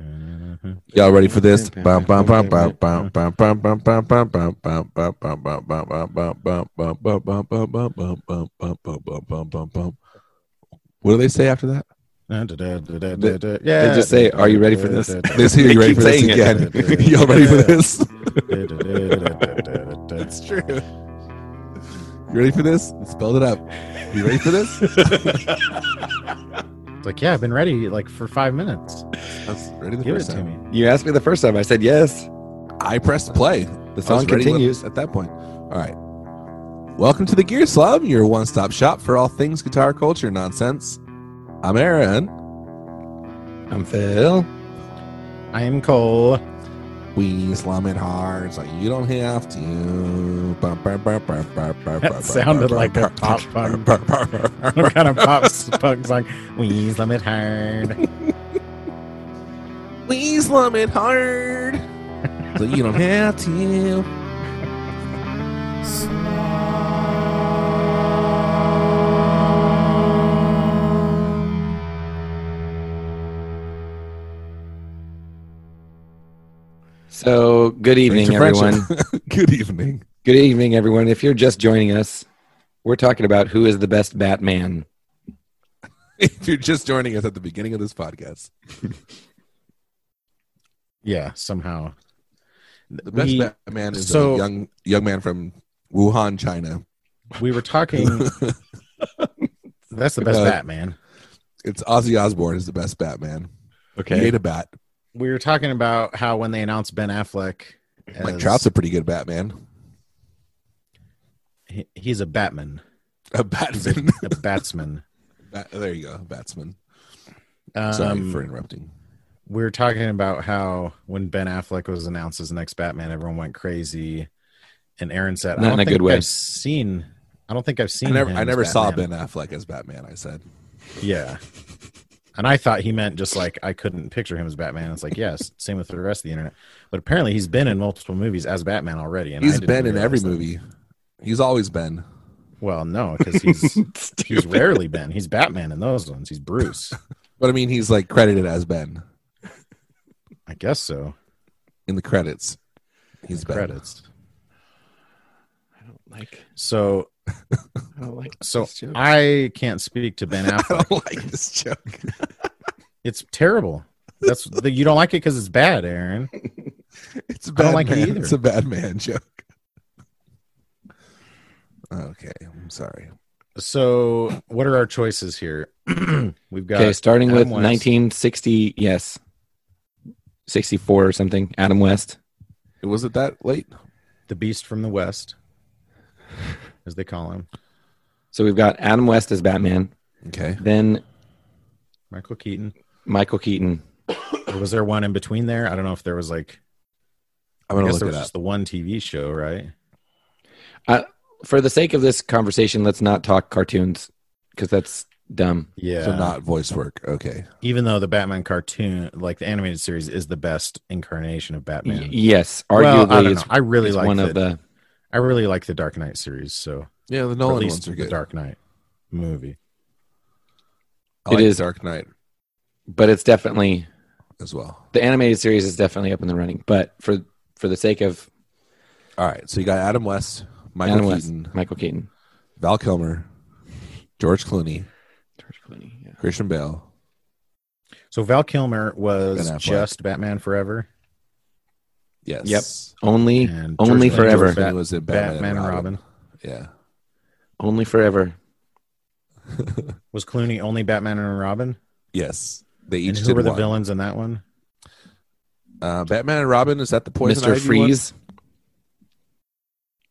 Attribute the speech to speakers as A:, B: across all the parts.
A: Mm-hmm.
B: Y'all ready for this? Bum, bum, bum, bum, bum, bum, bum, bum, bum, bum, bum, bum, bum, bum, bum, bum, bum, bum, bum, bum, bum, bum, bum, bum, bum, bum, bum, bum, bum, bum, bum, bum. What do they say after that?
A: Yeah, they
B: They just say, "Are you ready for this?" Let's hear you ready
C: keep
B: for this
C: saying
B: again.
A: it.
B: Y'all ready for
A: Yeah.
B: this?
A: That's
B: true. You ready for this? Spelled it up. You ready for this?
A: like, yeah, I've been ready like for five minutes.
B: I was ready the
A: Give it
B: first
A: to
B: time.
A: me.
C: You asked me the first time. I said yes.
B: I pressed play. The
C: song continues.
B: at that point. All right. Welcome to the Gear Slum, your one-stop shop for all things guitar culture nonsense. I'm Aaron.
C: I'm Phil.
A: I am Cole.
B: We slum it hard, so you don't have to. That
A: That sounded like a pop punk, some kind of pop punk song. We slam it hard.
B: We slum it hard, so you don't have to.
C: So good evening,
B: Preacher French.
C: everyone.
B: Good evening.
C: Good evening, everyone. If you're just joining us, we're talking about who is the best Batman.
B: If you're just joining us at the beginning of this podcast,
A: Yeah, somehow.
B: the best
A: We-
B: Batman is
A: so-
B: a young young man from Wuhan, China.
A: We were talking. That's the best
B: Uh,
A: Batman.
B: It's Ozzy Osbourne is the best Batman. He ate a bat.
A: We were talking about how when they announced Ben Affleck,
B: Mike
A: as-
B: Trout's a pretty good Batman.
A: he- he's a Batman,
B: A
A: he's a,
B: batsman.
A: a batsman.
B: Bat- there you go, batsman.
A: Um,
B: Sorry for interrupting.
A: we were talking about how when Ben Affleck was announced as the next Batman, everyone went crazy, and Aaron said, "I
C: Not in
A: don't
C: a
A: think
C: good way."
A: I've seen. I don't think I've seen.
B: I never,
A: him
B: I
A: as
B: never saw
A: Batman.
B: Ben Affleck as Batman. I said,
A: Yeah, and I thought he meant just like I couldn't picture him as Batman. It's like yes, same with the rest of the internet. But apparently, he's been in multiple movies as Batman already, and I
B: he's
A: didn't
B: been in
A: realize
B: every
A: that.
B: movie. He's always been.
A: Well, no, because he's he's
C: Stupid.
A: rarely been. He's Batman in those ones. He's Bruce.
B: But I mean, he's like credited as Ben
A: I guess so.
B: in the credits. He's Ben.
A: Credits.
C: I don't like.
A: So
C: I don't like.
A: so
C: this joke.
A: I can't speak to Ben
B: I
A: Affleck.
B: don't like this joke.
A: It's terrible. That's the, you don't like it because it's bad, Aaron.
B: It's a
A: I
B: bad
A: don't like it
B: man.
A: either.
B: It's a bad man joke. Okay, I'm sorry.
A: So what are our choices here? We've got
C: Okay, starting
A: Adam
C: with
A: West.
C: 1960. Yes, 64 or something. Adam West.
B: Was it that late?
A: the Beast from the West, as they call him,
C: So we've got Adam West as Batman.
B: Okay.
C: Then
A: Michael Keaton.
C: Michael Keaton.
A: Or was there one in between there? I don't know if there was like
B: I'm
A: I
B: going to
A: guess
B: look
A: there
B: it
A: was
B: up.
A: just the one TV show, right?
C: For the sake of this conversation, let's not talk cartoons because that's dumb.
A: Yeah.
B: So, not voice work. Okay.
A: even though the Batman cartoon, like the animated series, is the best incarnation of Batman.
C: Y- yes, arguably,
A: Well, I, don't know.
C: it's,
A: I really
C: it's
A: like
C: one
A: the,
C: of the.
A: I really like the Dark Knight series. So
B: Yeah, the
A: or at
B: Nolan
A: least
B: ones are
A: the
B: good.
A: Dark Knight movie.
B: I
C: It
B: like
C: is-
B: Dark Knight
C: But it's definitely
B: as well.
C: the animated series is definitely up in the running. But for for the sake of
B: All right, so you got Adam West, Michael
C: Adam
B: Keaton,
C: West, Michael Keaton,
B: Val Kilmer, George Clooney,
C: George Clooney, yeah.
B: Christian Bale.
A: So Val Kilmer was
B: Ben Affleck.
A: just Batman Forever,
B: Yes.
C: only
A: and
C: only
A: George Clooney
C: forever,
A: was
B: Clooney
A: Bat-
B: was in Batman,
A: Batman, and Robin.
B: Yeah.
C: only forever.
A: Was Clooney only Batman and Robin?
B: Yes. They
A: And
B: each
A: who
B: did
A: were the
B: one.
A: villains in that one?
B: Uh, Batman and Robin is that the poison
C: Mister
B: ivy one?
C: Freeze,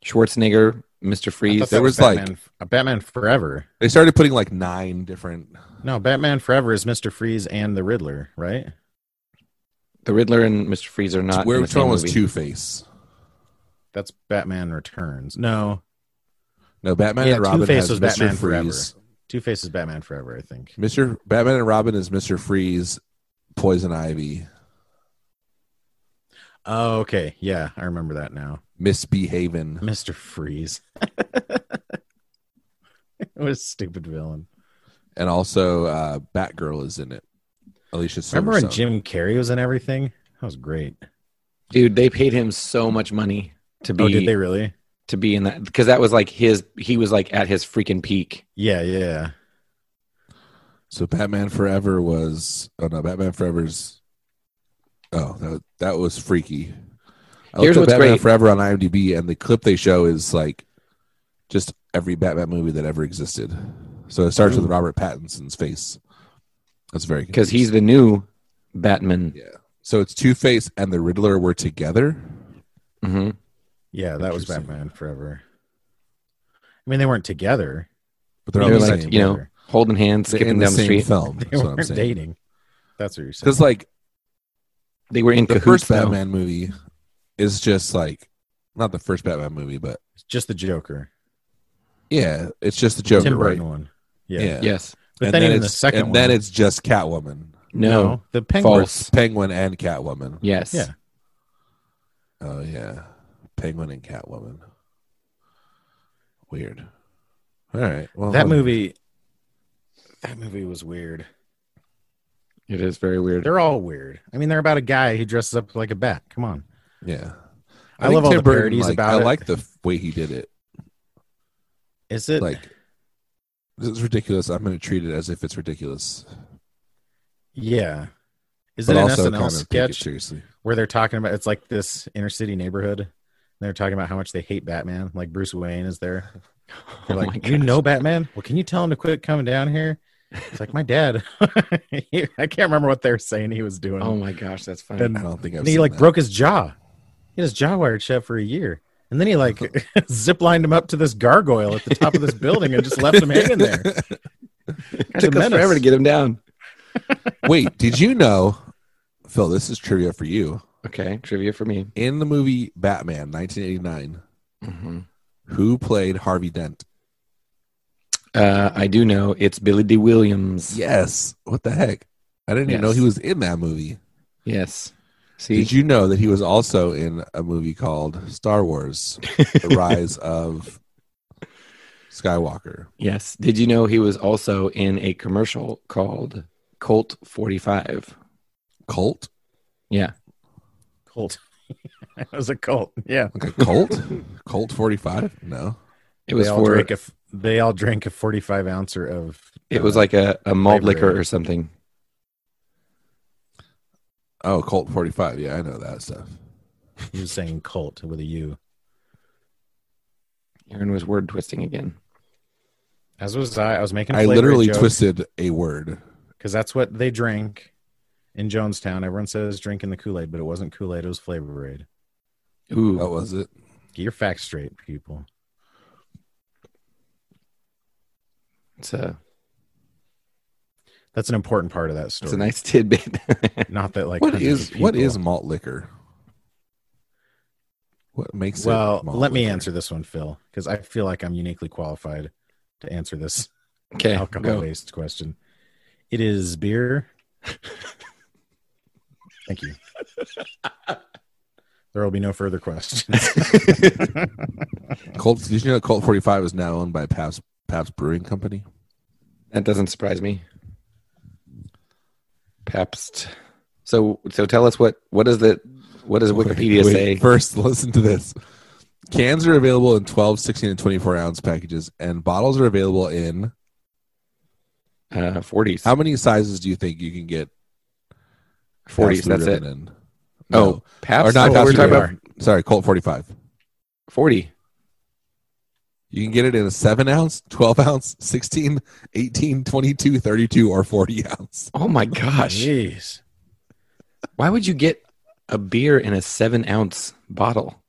C: Schwarzenegger, Mister
A: I
C: Freeze.
A: thought
B: there
A: that
B: was, like-
A: Batman, uh, Batman Forever.
B: They started putting like nine different.
A: No, Batman Forever is Mister Freeze and the Riddler, right?
C: The Riddler and Mister Freeze are not.
B: where
C: in the
B: which one
C: same
B: was
C: movie.
B: Two Face?
A: That's Batman Returns. No,
B: No, Batman
A: Yeah,
B: and Robin
A: Two-Face
B: has
A: was
B: Mr.
A: Batman
B: Freeze.
A: Two Faces Batman Forever, I think.
B: Mr. Batman and Robin is Mr. Freeze, Poison Ivy,
A: Oh, okay. Yeah, I remember that now.
B: Misbehavin.
A: Mr. Freeze. what a stupid villain.
B: and also uh, Batgirl is in it. Alicia
A: Remember when
B: Silverstone.
A: Jim Carrey was in everything? That was great.
C: Dude, they paid him so much money to be
A: oh, did they really?
C: to be in that because that was like his he was like at his freaking peak.
A: Yeah, yeah.
B: So Batman Forever was oh no, Batman Forever's oh that, that was freaky. I
C: Here's
B: looked
C: what's
B: at Batman
C: great.
B: Forever on IMDb, and the clip they show is like just every Batman movie that ever existed. So it starts with Robert Pattinson's face. That's very
C: Because
B: confusing.
C: he's the new Batman.
B: so it's Two Face and the Riddler were together.
C: hmm
A: Yeah, that was
B: Interesting.
A: Batman Forever. I mean, they weren't together.
B: But they're,
C: They're
B: all the
C: like,
B: same.
C: you know,
A: Whatever.
C: Holding hands,
B: They're in
C: skipping
B: the
C: down the,
B: same
C: street.
B: film.
A: They
B: That's what I'm
A: weren't
B: saying.
A: dating. That's what you're saying.
B: Because like
C: They were in
B: the
C: cahoots.
B: first
C: though.
B: Batman movie is just like not the first Batman movie, but
A: It's just the Joker.
B: yeah, it's just the Joker,
A: Tim Burton
B: right?
A: one. Yeah.
C: Yes.
A: But
B: and
A: then,
B: then
A: even the
B: it's-
A: second
B: and
A: one.
B: then it's just Catwoman,
C: No.
A: the Penguin.
C: False.
B: Penguin, and Catwoman.
C: Yes.
A: Yeah.
B: Oh yeah, Penguin and Catwoman. Weird. All right. Well,
A: That
B: um,
A: movie. That movie was weird.
C: It is very weird.
A: They're all weird. I mean, they're about a guy who dresses up like a bat. Come on.
B: Yeah.
A: I love all
B: Tim
A: the
B: Burton,
A: parodies
B: like,
A: about
B: I
A: it.
B: like the f- way he did it.
A: Is it
B: Like, this is ridiculous. I'm going to treat it as if it's ridiculous,
A: Yeah. Is
B: but
A: it an
B: also
A: SNL
B: kind of take it
A: sketch
B: seriously.
A: where they're talking about it's like this inner city neighborhood and they're talking about how much they hate Batman? Like Bruce Wayne is there. They're
C: Oh my
A: like, you
C: gosh.
A: know Batman? Well, can you tell him to quit coming down here? It's like my dad. He- I can't remember what they were saying he was doing.
C: Oh my gosh, that's funny.
A: and
B: I don't think I've
A: and he
B: seen
A: like
B: that.
A: broke his jaw. He had his jaw wired shut for a year. And then he like ziplined him up to this gargoyle at the top of this building and just left him hanging there.
C: It
A: Guy's a
C: took us
A: menace.
C: forever to get him down.
B: Wait, did you know, Phil? This is trivia for you.
C: Okay, trivia for me.
B: In the movie Batman, 1989,
C: hmm
B: who played Harvey Dent?
C: Uh, I do know it's Billy D. Williams.
B: Yes. What the heck? I didn't even know
C: Yes.
B: he was in that movie.
C: Yes. See,
B: Did you know that he was also in a movie called Star Wars: The Rise of Skywalker?
C: yes. Did you know he was also in a commercial called Colt 45?
B: Cult?
C: Yeah.
A: Cult. it was a cult. Yeah.
B: Like a cult? Cult 45? No.
C: It was
A: they all
C: for
A: drank a f- they all drank a 45 ouncer of
C: it was
A: uh,
C: like a, a malt
A: flavor.
C: liquor or something.
B: Oh, Cult 45. Yeah, I know that stuff.
A: he was saying cult with a u
C: Aaron was word twisting again.
A: as was i i was making a
B: I
A: flavored
B: literally
A: joke
B: twisted a word.
A: because that's what they drank in jonestown everyone says drinking the kool-aid but it wasn't kool-aid it was flavor aid
C: Ooh.
A: Oh.
B: What was it?
A: get your facts straight people
C: It's a
A: that's an important part of that story
C: it's a nice tidbit.
A: not that like
B: What
A: hundreds
B: is
A: of
B: what
A: people-
B: is malt liquor? What makes it
A: well
B: malt
A: let me
B: liquor?
A: answer this one phil because i feel like i'm uniquely qualified to answer this
C: okay.
A: alcohol
C: Go.
A: based question it is beer thank you there will be no further questions
B: Colt, did you know that Colt 45 is now owned by Pabst, Pabst Brewing Company?
C: That doesn't surprise me. Pabst. So so tell us what what is the what does Wikipedia
B: Wait,
C: say?
B: First, listen to this. Cans are available in 12, 16, and 24 ounce packages, and bottles are available in
C: Uh, 40s.
B: how many sizes do you think you can get? Pabst
C: 40s.
B: Blue
C: That's it.
B: Ribbon in?
C: Oh, Pabst.
B: or not
C: Oh,
B: Pabst
C: we're
B: Blue
C: talking about
B: Ribbon. sorry, Colt 45.
C: 40.
B: You can get it in a 7 ounce, 12 ounce, 16, 18, 22, 32, or 40 ounce.
C: Oh my gosh.
A: jeez
C: Why would you get a beer in a seven ounce bottle?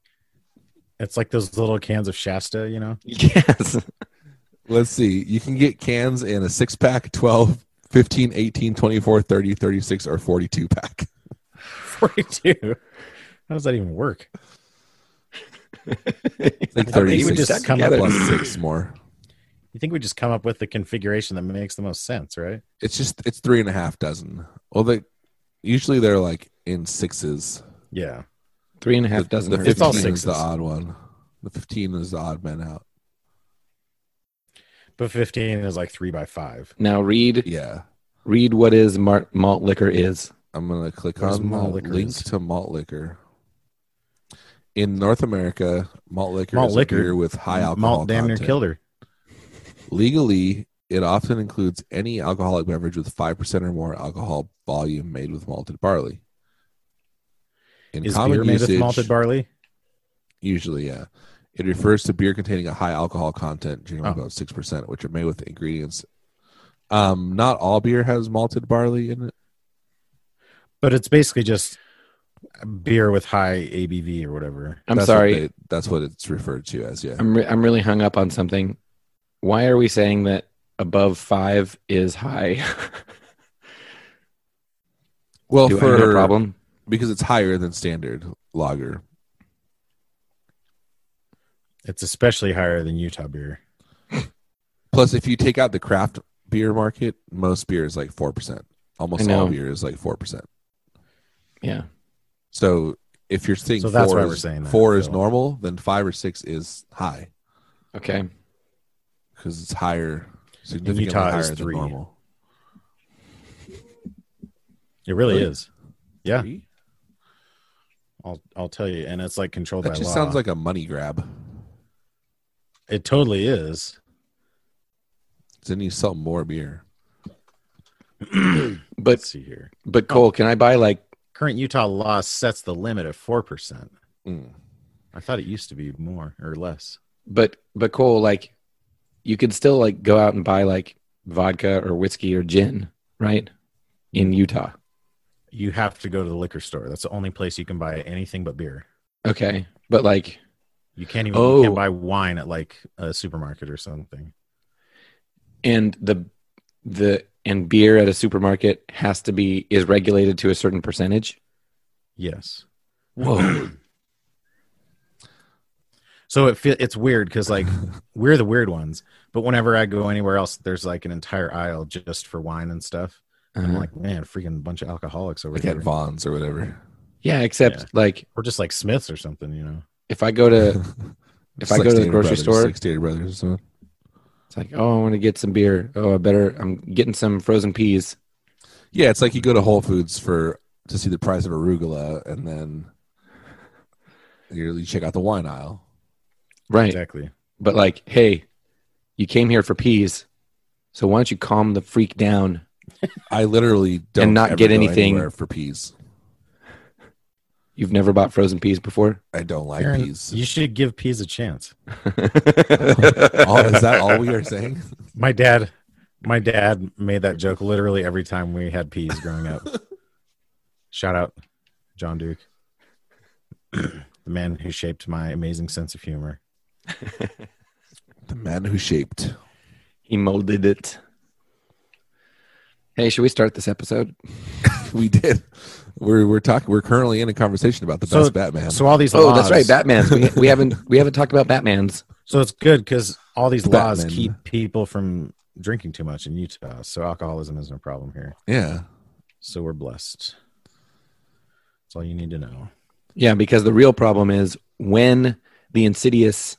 A: it's like those little cans of shasta you know
C: Yes.
B: Let's see. You can get cans in a six pack, 12, 15, 18, 24, 30, 36, or 42 pack.
A: 42 how does that even work
B: It's like
C: How
B: 36
C: many
A: think we just come up
B: plus
A: with-
B: six more.
A: you think we just come up with the configuration that makes the most sense right
B: It's just it's three and a half dozen. Well, they usually they're like in sixes.
A: yeah
C: Three and a half
B: the,
C: dozen.
B: the
C: hurt.
A: It's all
B: fifteen is
A: sixes.
B: the odd one. The fifteen is the odd man out.
A: but 15 is like 3 by 5
C: Now read
B: Yeah.
C: read what is mar- malt liquor is.
B: I'm gonna click
A: Where's
B: on
A: malt
B: the
A: liquor
B: link
A: is?
B: to malt liquor. In North America, malt liquor
A: Malt
B: is
A: liquor.
B: a beer with high alcohol
A: Malt damn near
B: content.
A: killed her.
B: Legally, it often includes any alcoholic beverage with five percent or more alcohol volume made with malted barley. In
A: Is
B: common
A: beer made with
B: usage-
A: malted barley?
B: Usually, yeah. It refers to beer containing a high alcohol content, generally
A: Oh.
B: about six percent, which are made with ingredients. Um, not all beer has malted barley in it.
A: But it's basically just beer with high ABV or whatever.
C: I'm
B: That's what
C: sorry.
B: they- that's what it's referred to as. Yeah,
C: I'm re- I'm really hung up on something. Why are we saying that above five is high?
B: well,
C: Do I have a
B: for
C: problem?
B: because it's higher than standard lager.
A: It's especially higher than Utah beer.
B: Plus, if you take out the craft beer market, most beer is like four percent. Almost
C: I know.
B: all beer is like four percent.
C: Yeah.
B: So if you're saying
A: So that's
B: four
A: why
B: is,
A: we're saying that,
B: four is
A: so-
B: normal, then five or six is high
C: Okay.
B: because it's higher, significantly
A: Utah,
B: higher
A: it's
B: than
A: three.
B: normal.
A: It really,
B: Really?
A: is. Yeah,
B: Three?
A: I'll I'll tell you. And it's like controlled
B: That
A: Oh, by
B: just
A: law.
B: sounds like a money grab.
A: it totally is.
B: Then you sell more beer.
C: But
A: Let's see here.
C: but Cole, can I buy like
A: Current Utah law sets the limit at four percent.
B: Mm.
A: I thought it used to be more or less.
C: but but Cole, like you could still like go out and buy like vodka or whiskey or gin, right? In Utah.
A: You have to go to the liquor store. That's the only place you can buy anything but beer.
C: Okay. But like
A: You can't even
C: Oh.
A: you can't buy wine at like a supermarket or something.
C: and the the and beer at a supermarket has to be is regulated to a certain percentage.
A: Yes.
C: Whoa.
A: So it fe- it's weird because like we're the weird ones, but whenever I go anywhere else, there's like an entire aisle just for wine and stuff. And I'm
C: Uh-huh.
A: like, man, freaking bunch of alcoholics over
B: Mm-hmm. Like at
A: here,
B: Vaughn's or whatever.
C: Yeah, except
A: Yeah.
C: like
A: or just like Smiths or something, you know.
C: if I go to
B: It's
C: I go to the
B: Stater
C: grocery
B: Brothers,
C: store-
B: like Stater Brothers or something.
C: It's like, oh, I want to get some beer. Oh, I better. I'm getting some frozen peas.
B: Yeah, it's like you go to Whole Foods for to see the price of arugula, and then you you check out the wine aisle.
C: Right.
A: Exactly.
C: But like, hey, you came here for peas, so why don't you calm the freak down?
B: I literally don't
C: And not
B: ever
C: get
B: go
C: anything-
B: anywhere for peas.
C: You've never bought frozen peas before.
B: I don't like
A: Aaron,
B: peas.
A: You should give peas a chance.
B: all, is that all we are saying?
A: My dad, my dad made that joke literally every time we had peas growing up. Shout out, John Duke, the man who shaped my amazing sense of humor.
B: The man who shaped.
C: he molded it. Hey, should we start this episode?
B: We did. We're we're talking. We're currently in a conversation about the
A: So-
B: best Batman.
A: So all these
C: Oh,
A: laws,
C: that's right, Batman's. We, we haven't we haven't talked about Batman's.
A: So it's good because all these laws
B: Batman.
A: keep people from drinking too much in Utah. So alcoholism isn't a problem here.
B: yeah,
A: So we're blessed. That's all you need to know.
C: Yeah, because the real problem is when the insidious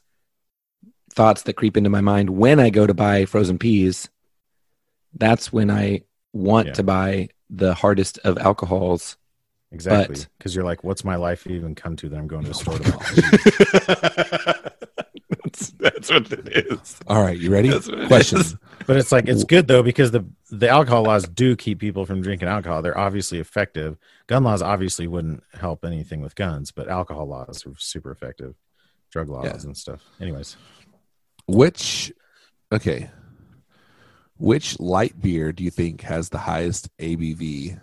C: thoughts that creep into my mind when I go to buy frozen peas, that's when I want
A: Yeah.
C: to buy the hardest of alcohols.
A: Exactly. Because you're like, what's my life even come to that I'm going to the store to buy?
C: that's, that's what it is.
B: All right, you ready?
C: That's what it
B: Question.
C: is.
A: But it's like it's good though because the the alcohol laws do keep people from drinking alcohol. They're obviously effective. Gun laws obviously wouldn't help anything with guns, but alcohol laws are super effective. Drug laws
B: Yeah.
A: and stuff. Anyways,
B: Which okay. Which light beer do you think has the highest ABV?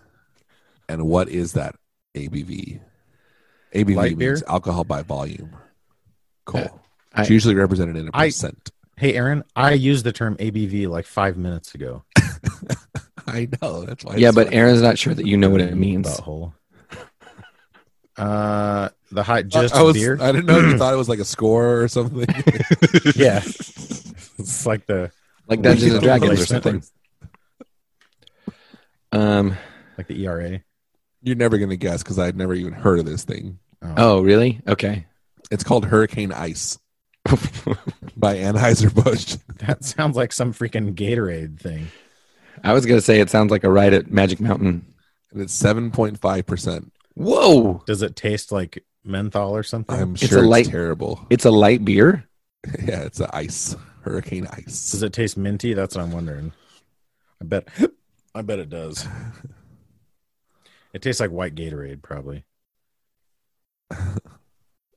B: And what is that ABV? ABV
A: Light
B: means
A: beer? Uh,
B: alcohol by volume. Cool.
C: I-
B: it's usually represented in a
A: I-
B: percent.
A: hey Aaron, I used the term ABV like five minutes ago.
B: I, know. That's why
C: Yeah,
B: it's
C: but
B: funny.
C: Aaron's not sure that you know what it means.
A: Butthole. Uh, the high just
B: I, was,
A: beer.
B: I didn't know if you thought it was like a score or something.
A: yeah, it's like the
C: Like Dungeons
B: Yeah.
C: and Dragons or
A: Relation.
C: something. Um.
A: like the E ERA.
B: You're never gonna guess because I've never even heard of this thing.
C: Oh, really? Okay.
B: It's called Hurricane Ice by Anheuser Busch.
A: that sounds like some freaking Gatorade thing.
C: I was gonna say it sounds like a ride at Magic Mountain.
B: and it's seven point five percent.
C: Whoa.
A: Does it taste like menthol or something?
B: I'm
C: a
B: sure it's
C: light-
B: terrible.
C: It's a light beer.
B: yeah, it's a ice hurricane ice.
A: Does it taste minty? That's what I'm wondering. I bet. I bet it does. It tastes like white Gatorade, probably.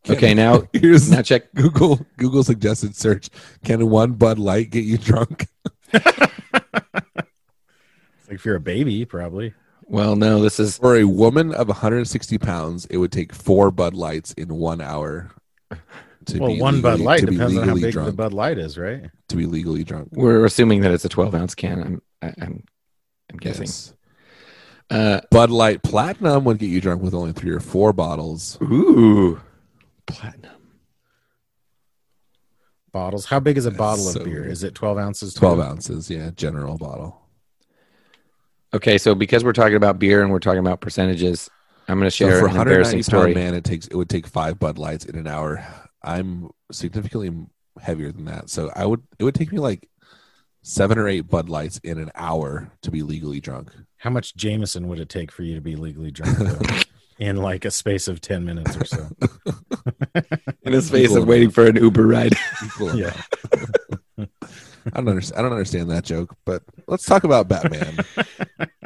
C: Okay, now
B: here's
C: now check
B: Google Google suggested search. Can one Bud Light get you drunk?
A: Like if you're a baby, probably.
C: well no, this is
B: For a woman of 160 pounds, it would take four Bud Lights in one hour. To
A: well,
B: be
A: one Bud
B: legally-
A: Light
B: to be
A: depends on how
B: legally
A: big the
B: drunk,
A: Bud Light is, right?
B: to be legally drunk.
C: we're assuming that it's a twelve ounce can. I'm I, I'm I'm guessing.
B: Yes.
C: Uh
B: Bud Light Platinum would get you drunk with only three or four bottles.
C: ooh. Platinum.
A: Bottles. How big is a
B: That's
A: bottle of
B: so
A: beer?
B: weird.
A: Is it 12 ounces?
B: 12
A: too?
B: ounces, yeah, general bottle.
C: Okay, so because we're talking about beer and we're talking about percentages, I'm gonna
B: So
C: share
B: for
C: an
B: 190
C: embarrassing
B: pound
C: story.
B: man, it takes it would take five Bud Lights in an hour. I'm significantly heavier than that, so I would it would take me like seven or eight Bud Lights in an hour to be legally drunk.
A: How much Jameson would it take for you to be legally drunk though, in like a space of 10 minutes or so?
C: In a space of waiting for an Uber ride.
B: Equal
A: Yeah.
B: amount. I don't understand. I don't understand that joke, but let's talk about Batman.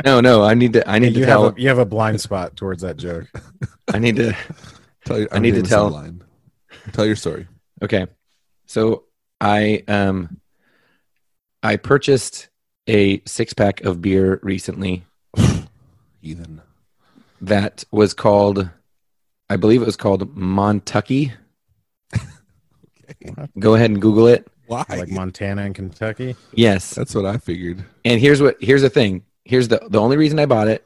C: no, no, I need to I need
A: you have
C: to tell
A: a, you have a blind spot towards that joke.
C: I need to
B: Tell you,
C: I need to
B: giving some
C: tell-
B: Line. Tell your story.
C: Okay. So I um I purchased a six pack of beer recently
B: Ethan.
C: that was called I believe it was called Montucky. Go ahead and Google it.
B: Why?
A: Like Montana and Kentucky.
C: Yes.
B: That's what I figured.
C: And here's what here's the thing. Here's the the only reason I bought it.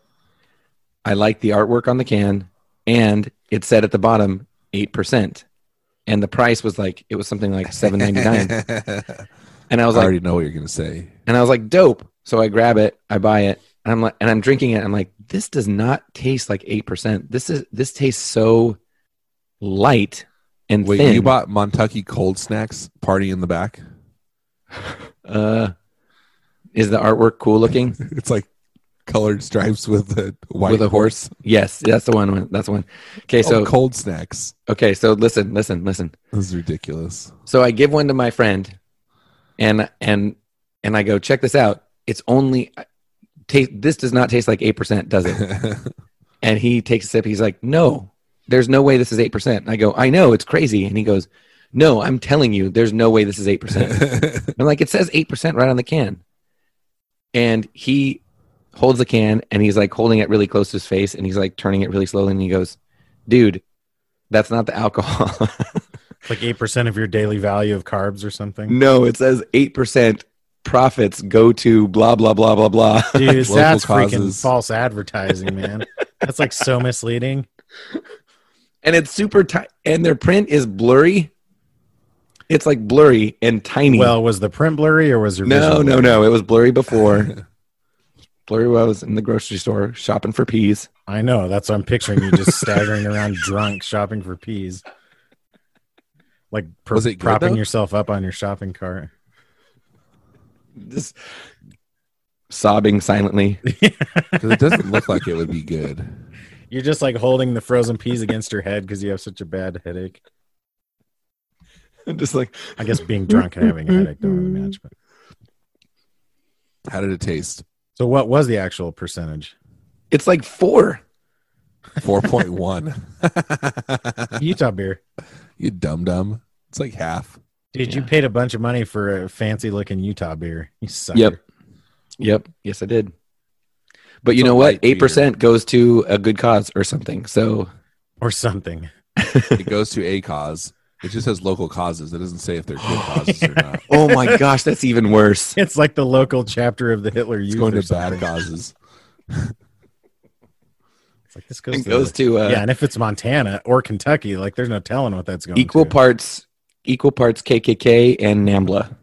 C: I like the artwork on the can, and it said at the bottom eight percent, and the price was like it was something like seven ninety nine, and I
B: I
C: was like,
B: already know what you're gonna say.
C: and I was like, dope. So I grab it, I buy it, and I'm like, and I'm drinking it. I'm like, this does not taste like eight percent. This is this tastes so light and
B: Wait,
C: thin.
B: you bought Montucky cold snacks? Party in the back.
C: uh, is the artwork cool looking?
B: It's like colored stripes with a white Oh,
C: With a horse? yes, that's the one. That's the one. Okay,
B: So
C: so
B: cold snacks.
C: okay, so listen, listen, listen.
B: This is ridiculous.
C: So I give one to my friend, and and and I go check this out. It's only taste. This does not taste like eight percent, does it? And he takes a sip. He's like, no, there's no way this is eight percent. And I go, I know it's crazy. And he goes, no, I'm telling you, there's no way this is eight percent. I'm like, it says eight percent right on the can. And he holds the can and he's like holding it really close to his face and he's like turning it really slowly and he goes, dude, that's not the alcohol.
A: It's like 8% of your daily value of carbs or something.
C: No, it says 8% profits go to blah, blah, blah, blah, blah.
A: Dude,
B: Local
A: that's freaking
B: causes.
A: false advertising, man. That's like so misleading.
C: And it's super tight. And their print is blurry. It's like blurry and tiny.
A: Well, was the print blurry or was your
C: no,
A: visual
C: no,
A: blurry?
C: no. It was blurry before. blurry while I was in the grocery store shopping for peas.
A: I know. That's what I'm picturing you just staggering around drunk shopping for peas. Like pro-
B: Was it good,
A: propping
B: though?
A: yourself up on your shopping cart.
C: Just sobbing silently.
B: Because it doesn't look like it would be good.
A: You're just like holding the frozen peas against your head because you have such a bad headache.
C: just like,
A: I guess being drunk and having a headache don't really match. But
B: How did it taste?
A: so, what was the actual percentage?
C: it's like four.
B: Four point one.
A: Utah beer.
B: you dum dum. It's like half.
A: Dude, you
C: Yeah.
A: paid a bunch of money for a fancy looking Utah beer. You suck.
C: Yep. Yep. Yes, I did. But you
B: It's a
C: know what?
B: light beer.
C: 8% goes to a good cause or something. So
A: Or something.
B: It goes to a cause. It just says local causes. It doesn't say if they're good causes or not.
C: Oh my gosh, that's even worse.
A: It's like the local chapter of the Hitler Youth.
B: It's going
A: or
B: to bad
A: something.
B: causes.
A: It's like this goes
C: It
A: to
C: goes to uh,
A: yeah, and if it's Montana or Kentucky, like there's no telling what that's going.
C: equal
A: to.
C: parts equal parts KKK and NAMBLA.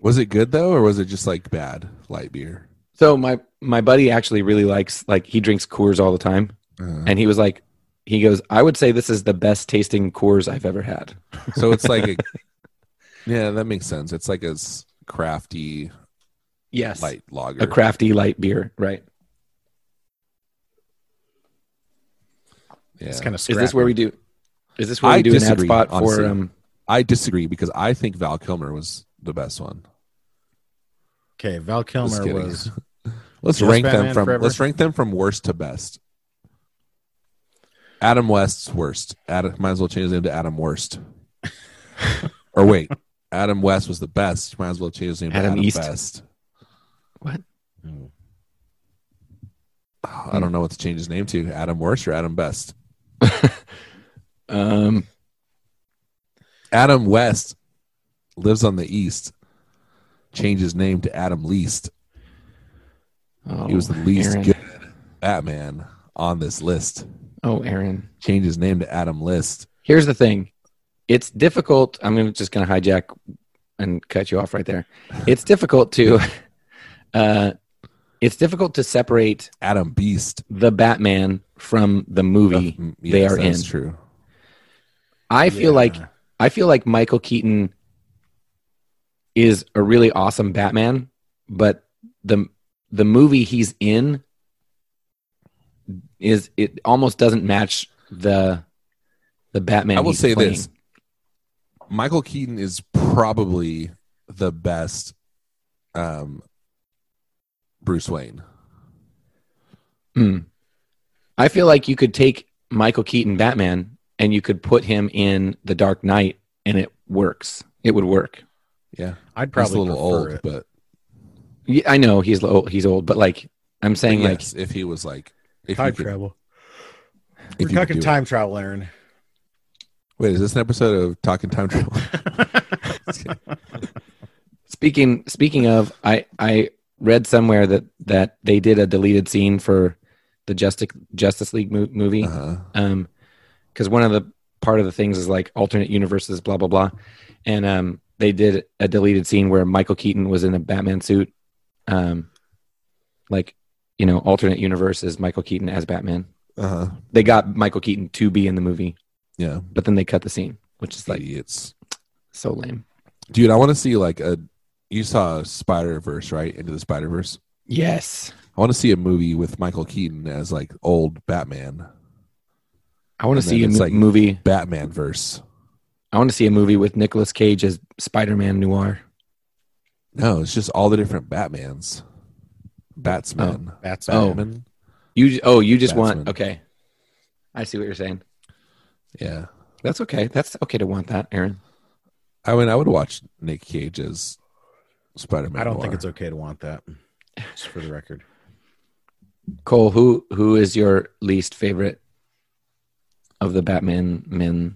B: Was it good though, or was it just like bad light beer?
C: So my my buddy actually really likes like he drinks Coors all the time,
B: Uh,
C: and he was like, he goes, I would say this is the best tasting Coors I've ever had.
B: so it's like a yeah, that makes sense. It's like a s- crafty
C: Yes,
B: light lager.
C: a crafty light beer, right?
B: Yeah.
A: It's kind of
C: Is this where we do? Is this where
B: I
C: we do an ad
B: disagree,
C: spot
B: honestly.
C: for? Um,
B: I disagree because I think Val Kilmer was the best one.
A: okay? Val
B: Just
A: Kilmer
B: kidding.
A: was
B: Let's
A: Yes,
B: rank them
A: Batman
B: from
A: Forever.
B: let's rank them from worst to best. Adam West's worst. Adam might as well change his name to Adam Worst. or wait, Adam West was the best. Might as well change his name
C: Adam
B: to Adam
C: East.
B: Best.
A: Hmm.
B: Oh, I don't know what to change his name to. Adam Worst or Adam Best.
C: um,
B: Adam West lives on the East. Change his name to Adam Least.
C: oh,
B: he was the least
C: Aaron.
B: good Batman on this list.
C: Oh, Aaron.
B: Change his name to Adam List.
C: Here's the thing. It's difficult. I'm gonna, just going to hijack and cut you off right there. It's difficult to. Uh, it's difficult to separate
B: Adam Beast.
C: the Batman from the movie.
B: Mm,
C: they
B: yes,
C: are
B: that is
C: in.
B: true.
C: I feel like
A: Yeah.
C: I feel like Michael Keaton is a really awesome Batman, but the the movie he's in is it almost doesn't match the the Batman.
B: I will
C: he's
B: say
C: playing.
B: this: Michael Keaton is probably the best um, Bruce Wayne.
C: Hmm. I feel like you could take Michael Keaton Batman and you could put him in The Dark Knight, and it works. It would work.
B: Yeah,
A: I'd
B: he's
A: probably
B: a little
A: prefer
B: old,
A: it.
B: but
C: Yeah, I know he's old, he's old, but like I'm saying, like
B: yes, if he was like, if you could,
A: travel.
B: if
A: We're
B: you could do
A: talking
B: it.
A: time travel, Aaron.
B: Wait, is this an episode of Talking Time Travel?
C: Speaking speaking of, I I read somewhere that that they did a deleted scene for the Justice Justice League mo- movie.
B: uh-huh.
C: Um, because one of the part of the things is like alternate universes, blah blah blah, and um, they did a deleted scene where Michael Keaton was in a Batman suit, um, like you know, alternate universe is Michael Keaton as Batman.
B: Uh-huh.
C: They got Michael Keaton to be in the movie,
B: Yeah,
C: but then they cut the scene, which is like
B: idiots,
C: so lame.
B: dude. I want to see like a. You saw Spider Verse, right? Into the Spider Verse.
C: Yes,
B: I want to see a movie with Michael Keaton as like old Batman,
C: I want
B: And
C: to
B: then
C: see a
B: it's
C: mo-
B: like-
C: movie
B: Batman verse.
C: I want to see a movie with Nicolas Cage as Spider-Man Noir.
B: No, it's just all the different Batmans. Batsman.
A: That's
C: Oh.
A: all.
B: Batman.
C: You oh, you just want
B: Batsman.
C: okay. I see what you're saying.
B: Yeah.
C: That's okay. That's okay to want that, Aaron.
B: I mean, I would watch Nick Cage as Spider Man.
A: I don't think it's okay to want that. Just for the record,
C: Cole, who who is your least favorite of the Batman men?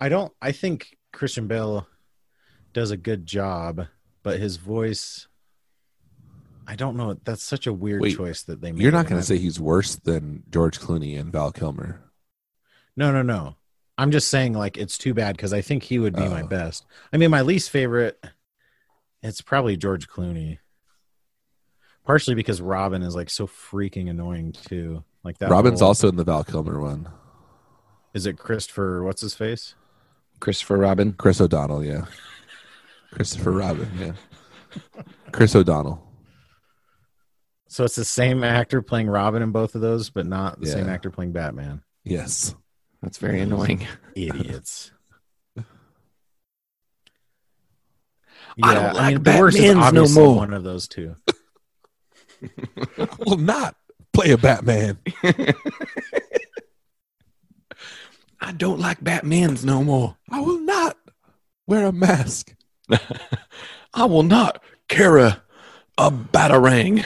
A: I don't. I think Christian Bale does a good job, but his voice. I don't know. That's such a weird
B: Wait,
A: choice that they made.
B: You're not
A: And
B: going
A: I-
B: to say he's worse than George Clooney and Val Kilmer.
A: No, no, no. I'm just saying, like, it's too bad because I think he would be my
B: Oh.
A: best. I mean, my least favorite, it's probably George Clooney. Partially because Robin is like so freaking annoying too. Like that.
B: Robin's
A: whole-
B: also in the Val Kilmer one.
A: Is it Christopher? What's his face?
C: Christopher Robin.
B: Chris O'Donnell, yeah. Christopher Robin, yeah. Chris O'Donnell.
A: So it's the same actor playing Robin in both of those, but not the same
B: Yeah.
A: actor playing Batman.
B: Yes.
C: That's very annoying.
A: Idiots.
C: I don't like Batmans no
A: obviously
C: more.
A: one of those two.
B: I will not play a Batman.
C: I don't like Batman's no more.
B: I will not wear a mask.
C: I will not carry a batarang.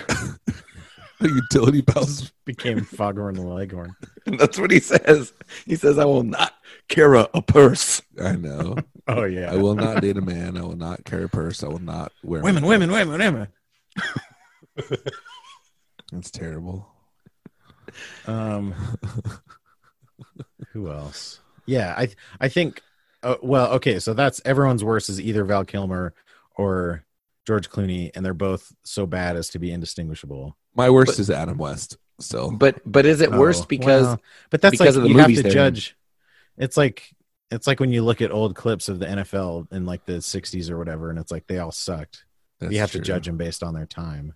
B: A utility belt.
A: Became Foghorn Leghorn.
C: That's what he says. He says I will not carry a purse.
B: I know.
A: Oh yeah.
B: I will not date a man. I will not carry a purse. I will not wear
A: Women,
B: makeup.
A: women, women, women.
B: That's terrible.
A: Um, who else? Yeah, I I think. Uh, well, okay, so that's everyone's worst is either Val Kilmer or George Clooney, and they're both so bad as to be indistinguishable.
B: My worst
C: But-
B: is Adam West. Still,
C: But but is it worse
A: Oh,
C: because
A: well, but that's
C: because
A: like
C: of the
A: you have
C: movies
A: to
C: they're in.
A: judge. It's like it's like when you look at old clips of the NFL in like the '60s or whatever, and it's like they all sucked.
B: That's
A: you have to
B: true.
A: judge them based on their time.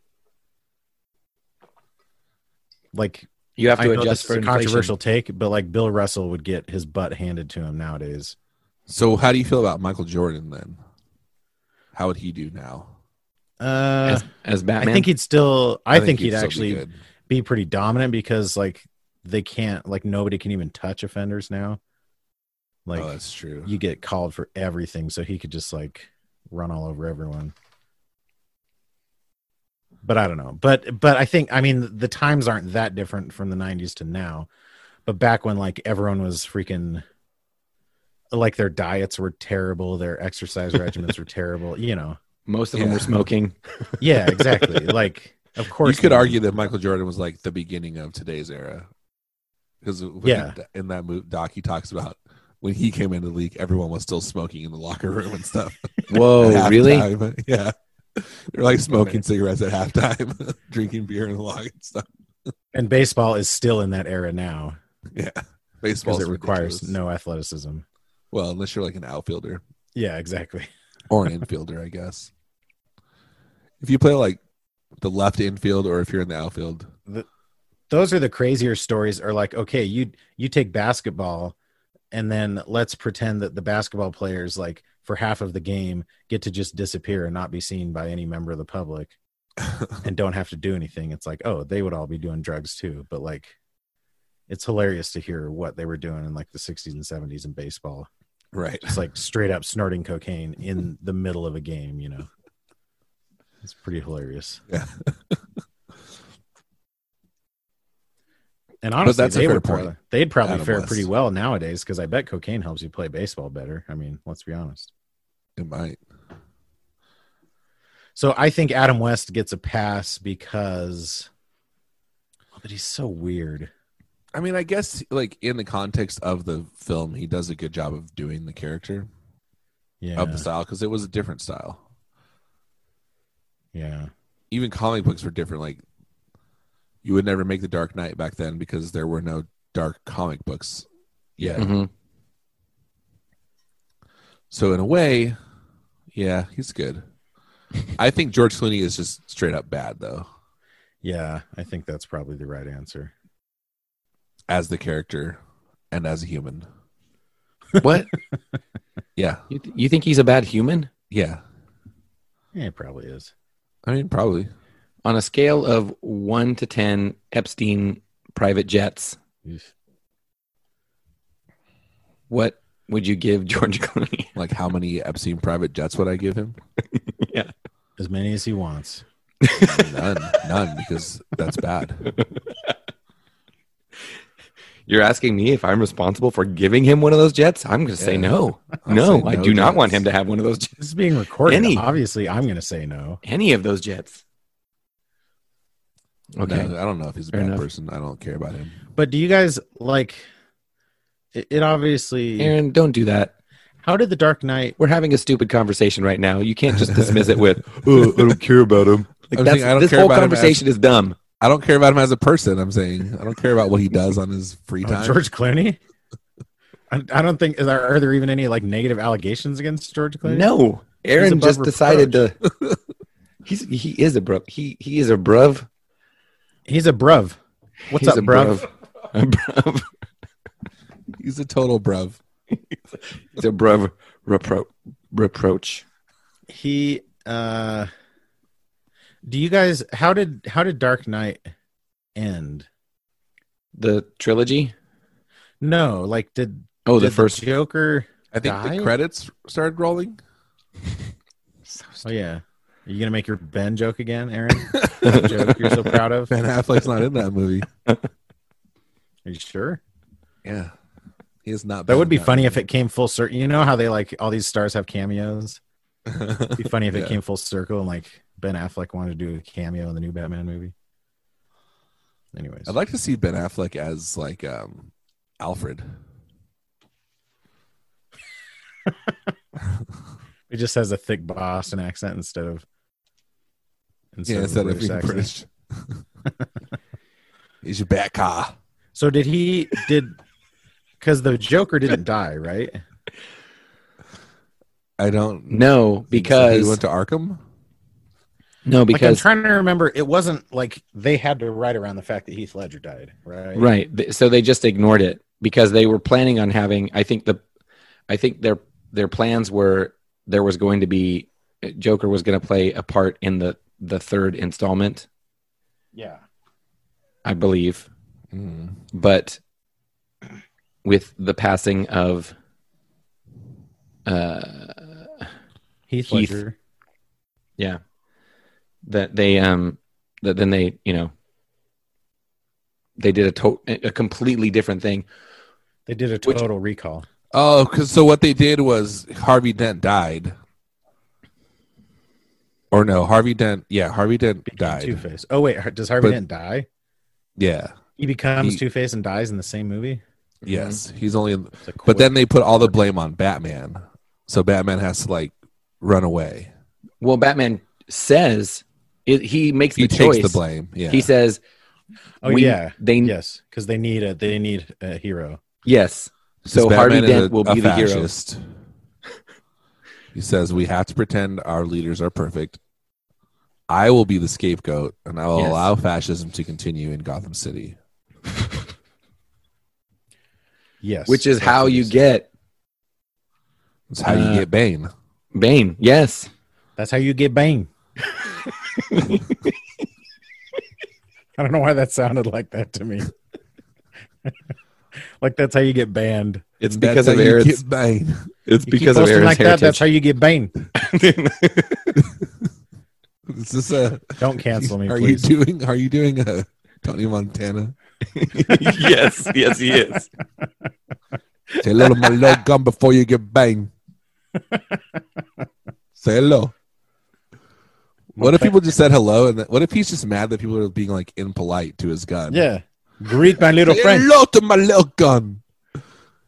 A: Like
C: You have
A: I
C: to
A: know this
C: adjust for
A: is a
C: inflation.
A: controversial take, but like Bill Russell would get his butt handed to him nowadays.
B: So how do you feel about Michael Jordan then? How would he do now?
A: Uh,
C: as, as Batman.
A: I think he'd still. I, think, he'd,
B: still be
A: actually
B: good.
A: be pretty dominant because like they can't like nobody can even touch offenders now. Like
B: oh, that's true.
A: you get called for everything, so he could just like run all over everyone. But I don't know. But but I think I mean the times aren't that different from the '90s to now. But back when like everyone was freaking, like their diets were terrible, their exercise regimens were terrible. You know.
C: most of them
B: Yeah.
C: were smoking.
A: Yeah, exactly. like of
B: you
A: course
B: could
A: not.
B: argue that Michael Jordan was like the beginning of today's era, because
A: Yeah.
B: in that move, Doc he talks about when he came into the league, everyone was still smoking in the locker room and stuff. at
C: Whoa,
B: halftime.
C: Oh, really?
B: Yeah, they're like smoking cigarettes at halftime, drinking beer in the locker and stuff.
A: And baseball is still in that era now
B: Yeah, baseball
A: because it requires no athleticism.
B: Well, unless you're like an outfielder,
A: Yeah, exactly.
B: or an infielder, I guess. If you play like the left infield or if you're in the outfield,
A: Those are the crazier stories are like, okay, you you take basketball and then let's pretend that the basketball players like for half of the game get to just disappear and not be seen by any member of the public and don't have to do anything. It's like, oh, they would all be doing drugs too, but like it's hilarious to hear what they were doing in like the 60s and 70s in baseball.
B: right?
A: It's like straight up snorting cocaine in the middle of a game, you know. It's pretty hilarious.
B: Yeah.
A: And honestly,
B: that's a
A: they
B: fair
A: would
B: point,
A: probably, they'd probably
B: Adam
A: fare
B: West.
A: pretty well nowadays because I bet cocaine helps you play baseball better. I mean, let's be honest.
B: It might.
A: So I think Adam West gets a pass because, oh, but he's so weird.
B: I mean, I guess like in the context of the film, he does a good job of doing the character
A: Yeah,
B: of the style because it was a different style.
A: yeah,
B: Even comic books were different. Like you would never make the Dark Knight back then because there were no dark comic books. Yeah.
C: Mhm.
B: So in a way, yeah, he's good. I think George Clooney is just straight up bad though.
A: yeah. I think that's probably the right answer.
B: as the character and as a human.
C: What?
B: Yeah,
C: You, th- you think he's a bad human?
B: yeah.
A: Yeah, it probably is.
B: I mean, probably.
C: On a scale of one to 10 Epstein private jets,
A: Oof.
C: what would you give George Clooney?
B: Like, how many Epstein private jets would I give him?
A: As many as he wants.
B: None, none, because that's bad.
C: You're asking me if I'm responsible for giving him one of those jets? I'm going to say
B: Yeah.
C: no.
B: I'll
C: no,
B: say
C: I do not want
B: jets.
C: him to have one of those jets.
A: This is being recorded.
C: Any.
A: Obviously, I'm going to say no.
C: Any of those jets. Okay.
B: No, I don't know if he's a
C: Fair
B: bad
C: enough.
B: person. I don't care about him.
A: But do you guys like? It, it obviously.
C: Aaron, don't do that.
A: how did the Dark Knight?
C: We're having a stupid conversation right now. You can't just dismiss it with, oh, I don't care about him. Like
B: I'm
C: that's,
B: saying I don't
C: this
B: care
C: whole
B: about him as-
C: conversation is dumb.
B: I don't care about him as a person. I'm saying I don't care about what he does on his free
A: Oh,
B: time.
A: George Clooney. I, I don't think is there, are there even any like negative allegations against George Clooney.
C: No, Aaron
A: above
C: just decided to. He's he is a bruv. He he is a bruv.
A: he's a bruv. What's
C: He's
A: up,
C: a
A: bruv?
C: A bruv.
B: He's a total bruv.
C: He's a bruv repro- reproach.
A: He. uh Do you guys? How did how did Dark Knight end?
C: The trilogy.
A: No, like did
C: Oh, the
A: did
C: first.
A: Joker?
B: I think
A: Die?
B: the credits started rolling.
A: Oh yeah. Are you gonna make your Ben joke again, Aaron? That joke you're so proud of? Are
B: Ben Affleck's not in that movie.
A: you sure?
B: Yeah, he is not.
A: That
B: Ben
A: would be
B: in
A: funny if it came full circle. You know how they like all these stars have cameos.
B: movie.
A: It'd be funny if it
B: Yeah.
A: came full circle and like Ben Affleck wanted to do a cameo in the new Batman movie. Anyways,
B: I'd like to see Ben Affleck as like um Alfred.
A: it just has a thick Boston accent instead of instead,
B: yeah,
A: of,
B: instead
A: a
B: of
A: British
B: being
A: accent.
B: British. He's your back car.
A: So did he did because the Joker didn't die, right?
B: I don't
C: No,
B: he
C: because
B: went to Arkham.
C: No,
A: Like I'm
C: because
A: trying to remember, it wasn't like they had to write around the fact that Heath Ledger died, right?
C: right. Th- So they just ignored it because they were planning on having. I think the, I think their their plans were there was going to be Joker was going to play a part in the the third installment,
A: Yeah.
C: I believe.
B: Mm.
C: but with the passing of uh
A: Heath,
C: Heath.
A: Ledger.
C: yeah that they um that then they you know they did a to- a completely different thing
A: They did a
C: Which-
A: total recall.
B: Oh, 'cause- so what they did was Harvey Dent died. Or no, Harvey Dent. Yeah, Harvey Dent died.
A: Two Face. Oh wait, does Harvey
B: But-
A: Dent die?
B: Yeah.
A: He becomes
B: He-
A: Two Face and dies in the same movie.
C: Mm-hmm.
B: Yes. He's only. In,
A: It's a quick-
B: but then they put all the blame on Batman. So Batman has to like run away.
C: well batman says it, he makes
B: He
C: the
B: takes
C: choice
B: the blame. Yeah.
C: he says
A: oh
C: we-
A: yeah,
C: they
A: yes, because they need a they need a hero.
C: yes so
B: Because
C: harvey
B: Batman is
C: dent will be the hero
B: fascist. He says we have to pretend our leaders are perfect. I will be the scapegoat, and I will
C: Yes.
B: allow fascism to continue in Gotham City.
A: Yes,
C: which is
A: that's
C: how
A: what
C: you
A: he said.
C: get
B: That's how
C: Uh,
B: you get Bane.
C: bane yes
A: That's how you get Bane. I don't know why that sounded like that to me. like that's how you get banned.
B: That's
C: it's because
B: how
C: of
B: you
C: Aaron's
B: get Bane.
C: It's
A: You keep
C: because of
A: posting
C: Aaron's
A: like that. That's
C: heritage.
A: how you get Bane.
B: Is this a?
A: Don't cancel me,
B: Are
A: please.
B: you doing? Are you doing a Tony Montana?
C: yes, yes, he is.
B: Say hello to my little gun before you get banged. Say hello. What if people just said hello? And th- what if he's just mad that people are being like impolite to his gun?
A: Yeah, greet my little
B: Say
A: friend.
B: hello to my little gun.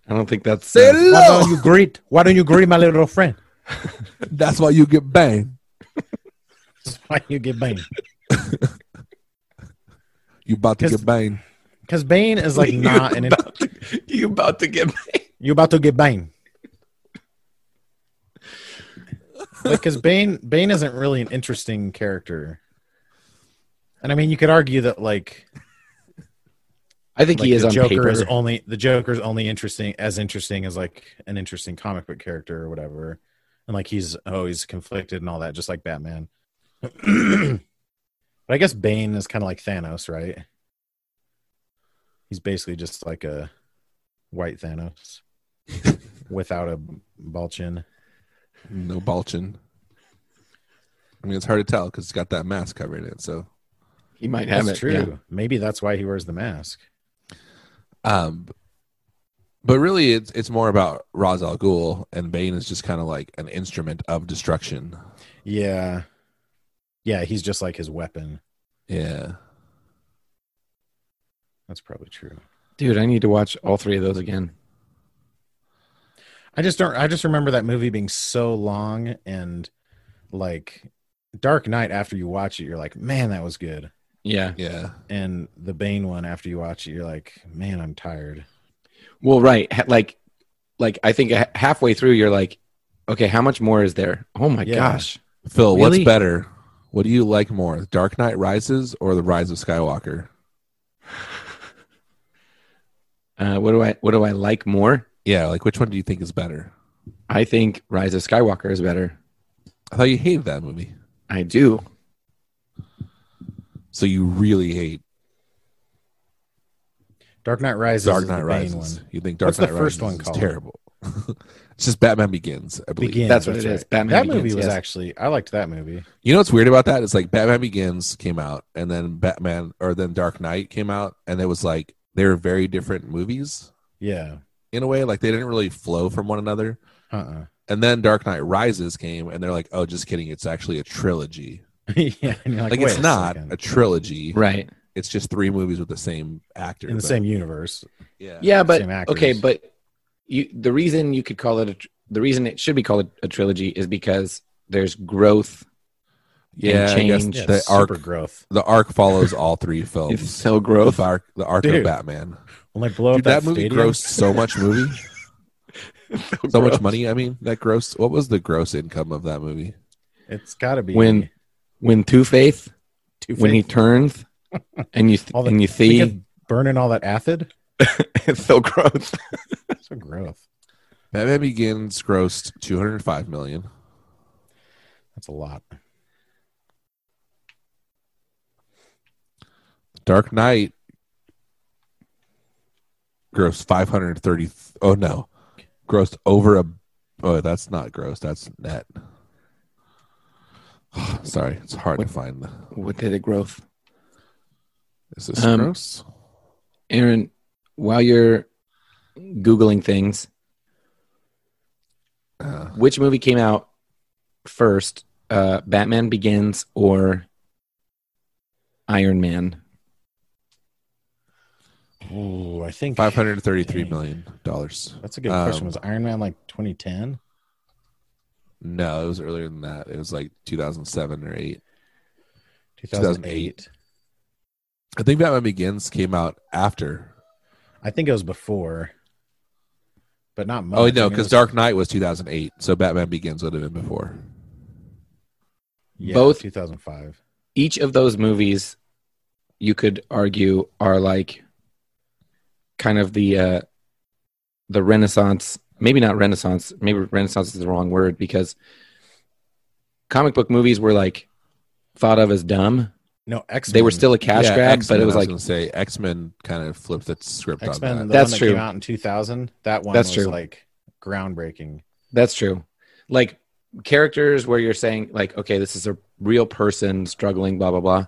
C: I don't think that's
B: Say
C: uh,
A: Why don't
B: hello.
A: you greet? Why don't you greet my little friend?
B: That's why you get banged.
A: That's why you get Bane.
B: You about to
A: Just-
B: get banged.
A: Because Bane is like not an.
C: about to, you about to get
A: You're about to get Bane. Because Bane Bane isn't really an interesting character. And I mean, you could argue that like,
C: I think
A: like
C: he is
A: the
C: on
A: Joker
C: paper.
A: is only the Joker's only interesting as interesting as like an interesting comic book character or whatever, and like he's always conflicted and all that, just like Batman. but I guess Bane is kind of like Thanos, right? He's basically just like a white Thanos without a ball chin.
B: No bulging. I mean, it's hard to tell because it's got that mask covering it. So,
C: he might have
A: That's
C: it.
A: true.
C: yeah.
A: Maybe that's why he wears the mask.
B: um, but really, it's it's more about Ra's al Ghul, and Bane is just kind of like an instrument of destruction.
A: Yeah. Yeah, he's just like his weapon.
B: Yeah.
A: That's probably true.
C: Dude, I need to watch all three of those again.
A: I just don't I just remember that movie being so long and like Dark Knight after you watch it you're like, "Man, that was good."
C: Yeah.
B: Yeah.
A: And the Bane one after you watch it you're like, "Man, I'm tired."
C: Well, right. Ha- like, like I think ha- halfway through, you're like, okay, how much more is there? Oh my
A: Yeah.
C: gosh.
B: Phil,
C: Really?
B: what's better? What do you like more, Dark Knight Rises or The Rise of Skywalker?
C: Uh, what do I what do I like more?
B: Yeah, like which one do you think is better?
C: I think Rise of Skywalker is better.
B: I thought you hated that movie.
C: I do.
B: So you really hate
A: Dark Knight Rises
B: Dark
A: is the
B: Knight
A: Bane
B: Rises.
A: one.
B: You think Dark
A: What's the
B: Knight
A: first
B: Rises
A: one
B: is
A: called?
B: terrible. it's just Batman Begins, I believe.
A: Begins,
C: that's what it is. Batman
A: That
C: Begins,
A: movie was
C: yes.
A: actually I liked that movie.
B: You know what's weird about that? It's like Batman Begins came out and then Batman or then Dark Knight came out and it was like they were very different movies
A: Yeah.
B: in a way. Like they didn't really flow from one another.
A: Uh-uh.
B: And then Dark Knight Rises came and they're like, oh, just kidding. It's actually a trilogy.
A: yeah, and you're like,
B: like
A: "Wait
B: it's
A: a
B: not
A: second."
B: a trilogy
C: Right.
B: it's just three movies with the same actor
A: in the
B: but-
A: same universe.
B: yeah
C: yeah but
A: same actors.
C: okay but you the reason you could call it a, tr- the reason it should be called a, a trilogy is because there's growth
B: yeah I guess
C: change.
A: Yeah,
B: the
A: it's
B: arc
A: super growth.
B: the arc follows all three
C: it's
B: films
C: so growth
B: the arc the arc
A: Dude.
B: of batman
A: When they blow up
B: Dude, that, movie
A: stadium,
B: grossed so much movie
C: so,
B: so
C: gross.
B: much money i mean that gross what was the gross income of that movie
A: It's got to be
C: When- when Two Faith
A: Two
C: when he turns and you
A: All the-
C: and you
A: we
C: see
A: could burn in all that acid.
C: it's so gross.
A: So growth.
B: Batman Begins grossed 205 million.
A: That's a lot.
B: Dark Knight grossed 530. Oh no, grossed over a. Oh, that's not gross. That's net. Sorry, it's hard to find. The,
C: What did it growth?
B: is this
C: Um,
B: gross?
C: Aaron, while you're googling things,
B: Uh,
C: which movie came out first, uh, Batman Begins or Iron Man?
A: Ooh, I think
B: 533 million dollars.
A: That's a good
B: Um,
A: question. Was Iron Man like 2010?
B: No, it was earlier than that. It was like 2007 or 8.
A: 2008.
B: I think Batman Begins came out after.
A: I think it was before, but not much.
B: Oh
A: I
B: no,
A: mean, it
B: because
A: was-
B: Dark Knight was 2008, so Batman Begins would have been before.
A: yeah,
C: both-
A: 2005.
C: Each of those movies, you could argue, are like kind of the uh, the Renaissance. Maybe not Renaissance. Maybe Renaissance is the wrong word because comic book movies were like thought of as dumb.
A: No, X.
C: They were still a cash
B: Yeah,
C: grab,
B: X-Men,
C: but it was
B: I
C: like
B: gonna say X Men kind of flipped its script
A: X
B: on that.
A: Men. one
C: That's
A: that
C: true.
A: Came out in 2000. That one
C: That's
A: was
C: true.
A: like groundbreaking.
C: That's true. Like characters where you're saying like, okay, this is a real person struggling, blah blah blah,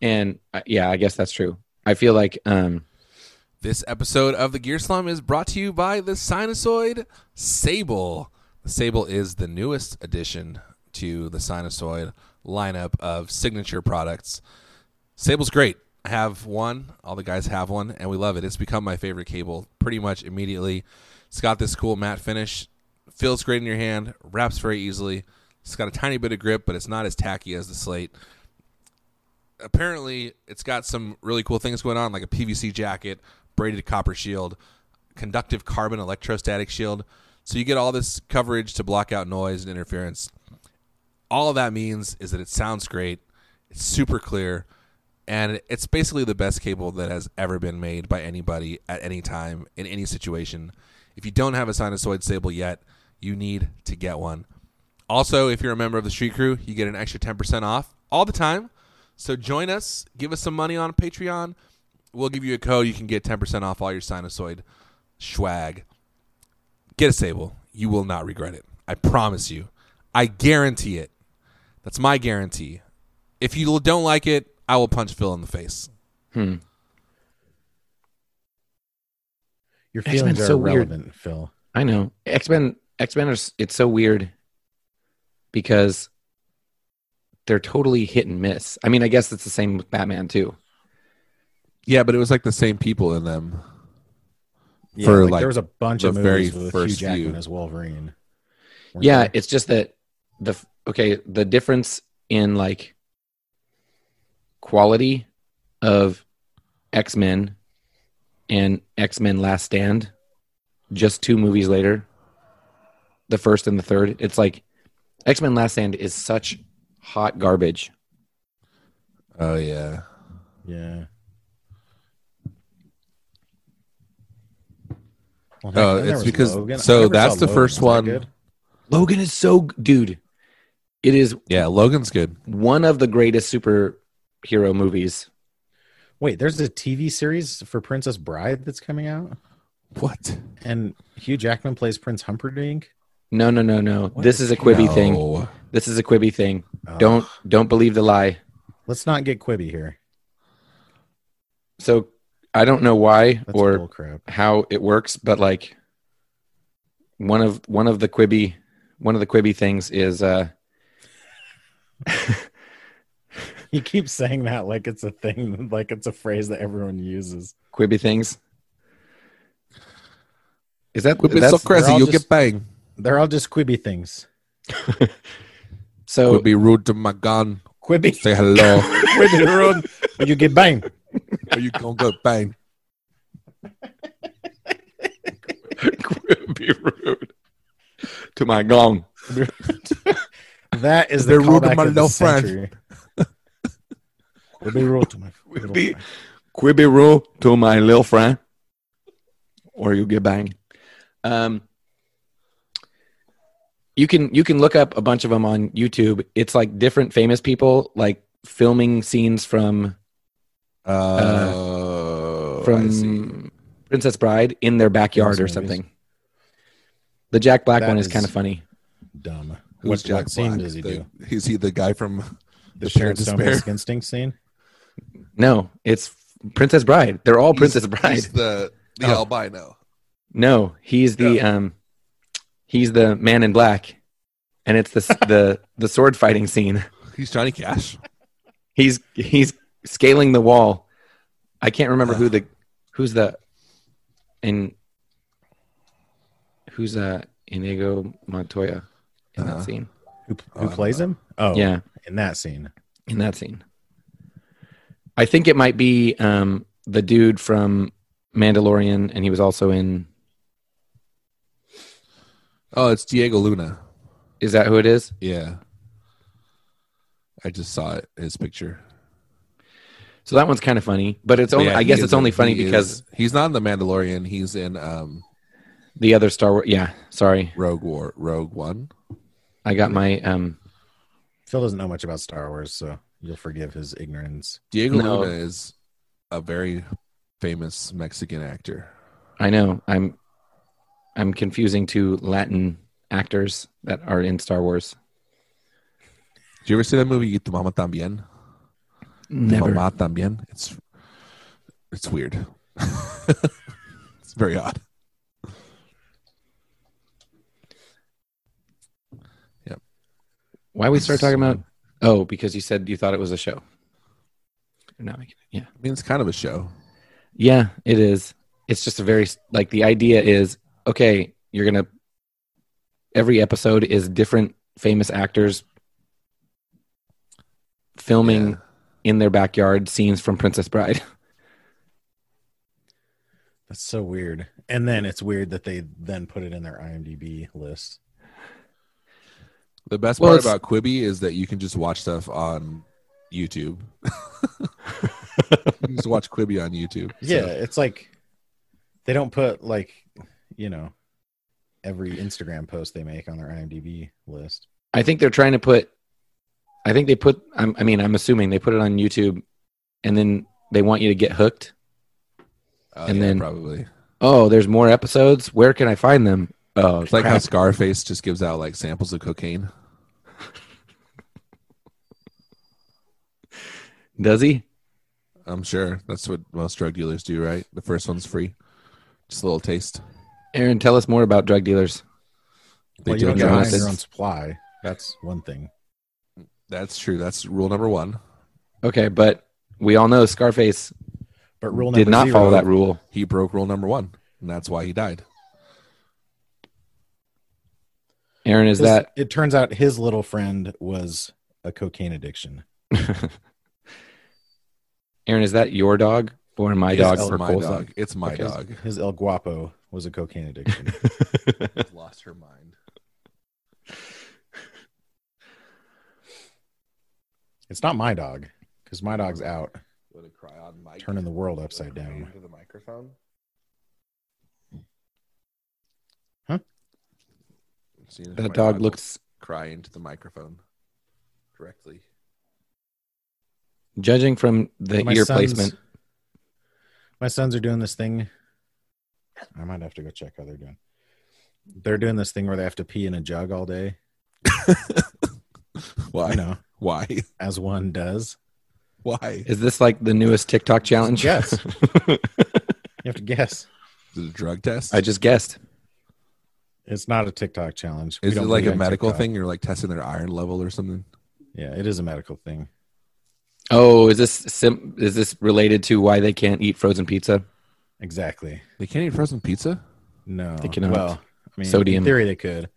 C: and uh, yeah, I guess that's true. I feel like um,
B: This episode of the Gear Slum is brought to you by the Sinusoid Sable. The Sable is the newest addition to the Sinusoid lineup of signature products. Sable's great. I have one. All the guys have one, and we love it. It's become my favorite cable pretty much immediately. It's got this cool matte finish, feels great in your hand, wraps very easily. It's got a tiny bit of grip, but it's not as tacky as the slate apparently it's got some really cool things going on, like a PVC jacket, braided copper shield, conductive carbon electrostatic shield. So you get all this coverage to block out noise and interference. All that means is that it sounds great, it's super clear, and it's basically the best cable that has ever been made by anybody at any time in any situation. If you don't have a sinusoid sable yet, you need to get one. Also, if you're a member of the Street Crew, you get an extra 10% off all the time. So join us, give us some money on Patreon. We'll give you a code. You can get 10% off all your sinusoid swag. Get a sable. You will not regret it. I promise you. I guarantee it. That's my guarantee. If you don't like it, I will punch Phil in the face.
C: hmm,
A: Your
C: X-Men's
A: feelings are
C: so weird.
A: irrelevant, Phil.
C: I know X Men. X Men is it's so weird because they're totally hit and miss. I mean, I guess it's the same with Batman too.
B: Yeah, but it was like the same people in them.
A: Yeah,
B: For,
A: like,
B: like,
A: there was a bunch
B: the
A: of movies
B: very
A: with Hugh
B: first
A: Jackman
B: few.
A: as Wolverine. Weren't
C: yeah
A: there?
C: it's just that the f- okay the difference in like quality of x-men and x-men last stand just two movies later the first and the third it's like x-men last stand is such hot garbage
B: Oh, yeah.
A: yeah. Well,
B: Oh,
A: then there
B: it's
A: was
B: because-
A: Logan. I
B: so
A: never
B: that's
A: saw
B: the first
A: Was that
B: one.
A: good?
C: logan is so g- dude it is
B: Yeah, Logan's good.
C: one of the greatest superhero movies
A: Wait, there's a TV series for Princess Bride that's coming out,
B: What?
A: and Hugh Jackman plays Prince Humperdinck.
C: no no no no
A: What?
C: this is a quibby
B: No.
C: thing this is a quibby thing
A: Ugh.
C: don't don't believe the lie
A: Oh, let's not get quibby here.
C: so I don't know why
A: That's
C: or
A: bull crap.
C: how it works, but like one of one of the quibby one of the quibby things is uh
A: You keep saying that like it's a thing, like it's a phrase that everyone uses.
C: quibby things. Is that
B: Quit being so
C: that's,
B: crazy.
A: they're all
B: You'll
A: just-
B: get banged.
A: They're all just quibby things.
C: so Oh.
B: Would be rude to my gun.
A: Quibby,
B: Say hello.
A: quibby, run, or you get banged.
B: or you gonna go bang.
C: quibby rude to my gong?
A: That is the
B: They're rude to
A: callback
B: my
A: of the
B: little friend.
A: century. Would be roll to my
C: Would
A: little
C: be-
A: friend.
C: Quibby rule to my little friend, or you'll get banged. Um, you can you can look up a bunch of them on YouTube. It's like different famous people like filming scenes from
B: Uh, I see.
C: from Princess Bride in their backyard
A: Those
C: or
A: movies.
C: something. The Jack Black
A: That
C: one is,
A: is-
C: kind of funny.
A: dumb.
B: Who's
A: what,
B: Jack
A: what scene
B: Black?
A: does he
B: The-
A: do?
B: Is he the guy from?
A: The,
B: the
A: shared
B: parent
A: stone
B: despair.
A: basic instinct scene.
C: No, it's Princess Bride. They're all
B: He's-
C: Oh, Princess Bride.
B: He's the the
A: Oh.
B: albino.
C: No, he's the um, he's the man in black, and it's the the the sword fighting scene.
B: He's Johnny Cash.
C: He's he's scaling the wall. I can't remember who the who's the in who's uh Inigo Montoya in
B: Uh-huh.
C: that scene.
A: Who,
B: Oh, I
A: who
B: don't
A: plays
B: know.
A: him? Oh,
C: Yeah.
A: in that scene.
C: in that scene. I think it might be um, the dude from Mandalorian, and he was also in.
B: Oh, it's Diego Luna.
C: Is that who it is?
B: Yeah. I just saw it, his picture.
C: So that one's kind of funny, but it's only.
B: Yeah,
C: I
B: he
C: guess
B: is
C: it's only
B: in-
C: funny
B: he
C: because
B: is- he's not in the Mandalorian. He's in um,
C: the other Star Wars. Yeah, sorry,
B: Rogue War, Rogue One.
C: I got my. Um,
A: Phil doesn't know much about Star Wars, so you'll forgive his ignorance.
B: Diego
C: No.
B: Luna is a very famous Mexican actor.
C: I know I'm. I'm confusing two Latin actors that are in Star Wars.
B: Did you ever see that movie Tu Mama Tambien?
C: Never.
B: Mama Tambien. It's it's weird. it's very odd.
C: Why we start talking about? Oh, because you said you thought it was a show. Not making it. Yeah.
B: I mean, it's kind of a show.
C: Yeah, it is. It's just a very like the idea is okay, you're going to every episode is different famous actors filming
B: Yeah.
C: in their backyard scenes from Princess Bride.
A: That's so weird. And then it's weird that they then put it in their IMDb list.
B: The best
C: Well,
B: part
C: it's-
B: about Quibi is that you can just watch stuff on YouTube. you can just watch Quibi on YouTube.
A: Yeah,
B: So,
A: it's like they don't put like you know every Instagram post they make on their IMDb list.
C: I think they're trying to put I think they put I'm, I mean, I'm assuming they put it on YouTube and then they want you to get hooked.
B: uh,
C: And
B: yeah,
C: then-
B: probably
C: Oh, there's more episodes. Where can I find them? Oh,
B: it's like how
C: crap.
B: Scarface just gives out like samples of cocaine.
C: does he?
B: I'm sure that's what most drug dealers do, right? The first one's free, just a little taste.
C: Aaron, tell us more about drug dealers.
B: They
A: well, you don't get
B: don't have
A: high
C: on
A: on
B: license.
A: your own supply. That's one thing.
B: That's true. That's rule number one.
C: Okay, but we all know Scarface
A: But rule number
C: did not follow
A: zero-
C: that rule.
B: He broke rule number one, and that's why he died.
C: Aaron, is
A: His-
C: that
A: it turns out his little friend was a cocaine addiction.
C: Aaron? Is that your dog or my
B: It's
C: dog
A: El-
C: for
B: my
C: Cole's
B: dog. It's my
A: Okay.
B: dog.
A: His El Guapo was a cocaine addiction.
C: dog?
B: Lost her mind.
A: it's not my dog because my dog's out
B: What a cry on mic.
A: turning the world upside down.
B: the microphone.
A: Huh?
C: that dog looks.
B: cry into the microphone directly.
C: Judging from the
A: My
C: ear
A: sons-
C: placement,
A: My sons are doing this thing. I might have to go check how they're doing. They're doing this thing where they have to pee in a jug all day.
B: Why?
A: You know,
B: Why?
A: as one does.
B: Why?
C: is this like the newest TikTok challenge?
A: Yes. you have to guess.
B: Is it a drug test?
C: I just guessed.
A: It's not a TikTok challenge. We
B: is it
A: don't
B: like
A: believe
B: a
A: in
B: medical
A: TikTok.
B: thing? You're like testing their iron level or something?
A: Yeah, it is a medical thing.
C: Oh, is this sim- is this related to why they can't eat frozen pizza?
A: Exactly.
B: They can't eat frozen pizza?
A: No.
C: They cannot.
A: Well, I mean,
C: Sodium.
A: In theory, they could.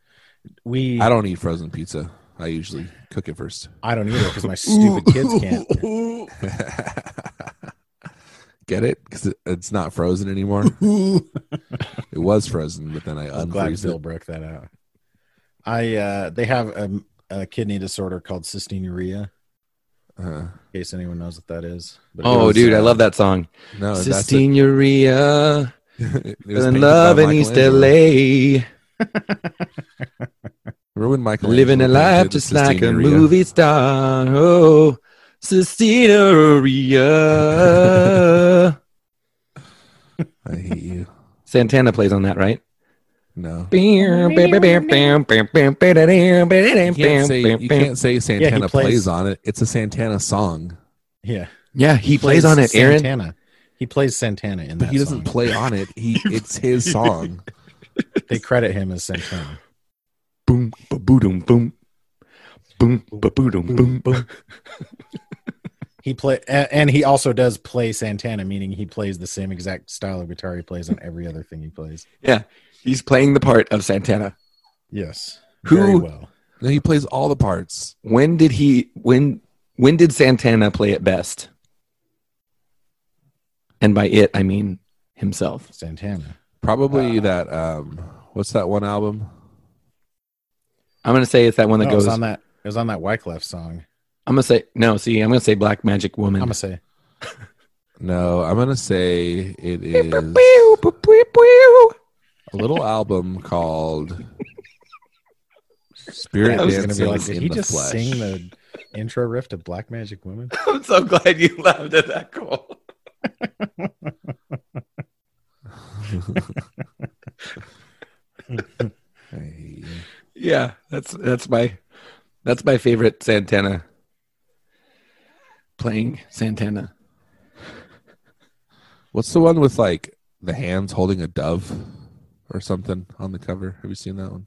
A: We.
B: I don't eat frozen pizza. I usually cook it first.
A: I don't either because my stupid kids can't.
B: Get it? Because it, it's not frozen anymore. it was frozen, but then I
A: I'm glad
B: unfroze
A: Phil
B: it.
A: broke that out. I uh, they have a, a kidney disorder called cystinuria,
B: Uh,
A: in case anyone knows what that is. But it
C: Oh,
A: was,
C: dude, I
A: uh,
C: love that song.
B: no, oh, that's it.
C: Sisteria,
B: it was
C: fell in
B: painted
C: love
B: by
C: in East
B: Michelangelo.
C: LA,
B: Ruined Michael.
C: living a life just like a movie star. Oh, Sisteria.
B: I hate you.
C: Santana plays on that, right?
B: No. You can't say, you
C: Yeah,
B: can't say Santana plays.
A: plays-
B: on it. It's a Santana song,
A: Yeah,
C: he plays on it, Aaron.
A: Santana. He plays Santana in
B: but
A: that
B: he doesn't
A: song.
B: play on it. He it's his song.
A: They credit him as Santana.
C: Boom, ba-boom, boom. Boom, ba-boom, boom, boom.
A: He play a- and he also does play Santana, meaning he plays the same exact style of guitar he plays on every other thing he plays.
C: He's playing the part of Santana.
A: Yes,
C: Who-
A: very well.
B: No, he plays all the parts.
C: When did he when when did Santana play it best? And by it I mean himself.
A: Santana.
B: Probably
A: Uh,
B: that. Um, what's that one album?
C: I'm gonna say it's that one that
A: No, Oh, it
C: goes
A: was on that. It was on that Wyclef song.
C: I'm gonna say no, see, I'm gonna say Black Magic
A: I'm
C: Woman.
A: gonna say
B: No, I'm gonna say it is a
C: Pew, pew, pew, pew.
B: little album called Spirit
A: I was gonna be
B: Dancing
A: like, did
B: in
A: he
B: the
A: just
B: Flesh.
A: sing the intro riff to Black Magic Woman?
C: I'm so glad you laughed at that call.
B: I hate you.
C: Yeah, that's that's my that's my favorite Santana. Playing Santana.
B: What's the one with like the hands holding a dove or something on the cover? Have you seen that one?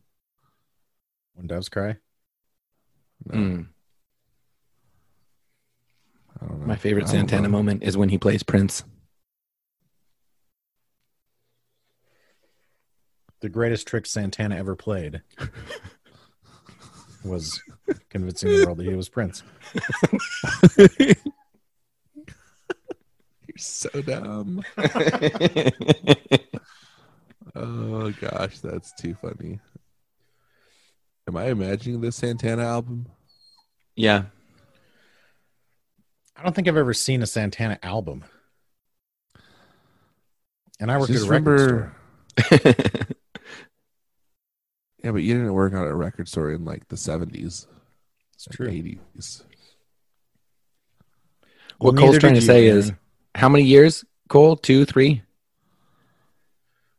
A: When doves cry.
B: No,
C: Mm.
B: I don't know.
C: My favorite
B: I don't
C: Santana
B: know.
C: moment is when he plays Prince.
A: The greatest trick Santana ever played was convincing the world that he was Prince.
B: You're so dumb. Oh gosh, that's too funny. Am I imagining the Santana album?
C: yeah.
A: I don't think I've ever seen a Santana album. And I worked at a
B: just
A: record
B: remember-
A: store.
B: Yeah, but you didn't work out at a record store in like the seventies,
A: It's true.
B: eighties.
A: Well,
C: what Cole's
A: neither
C: trying
A: did
C: to
A: you,
C: say is
A: Aaron.
C: how many years, Cole? Two, three?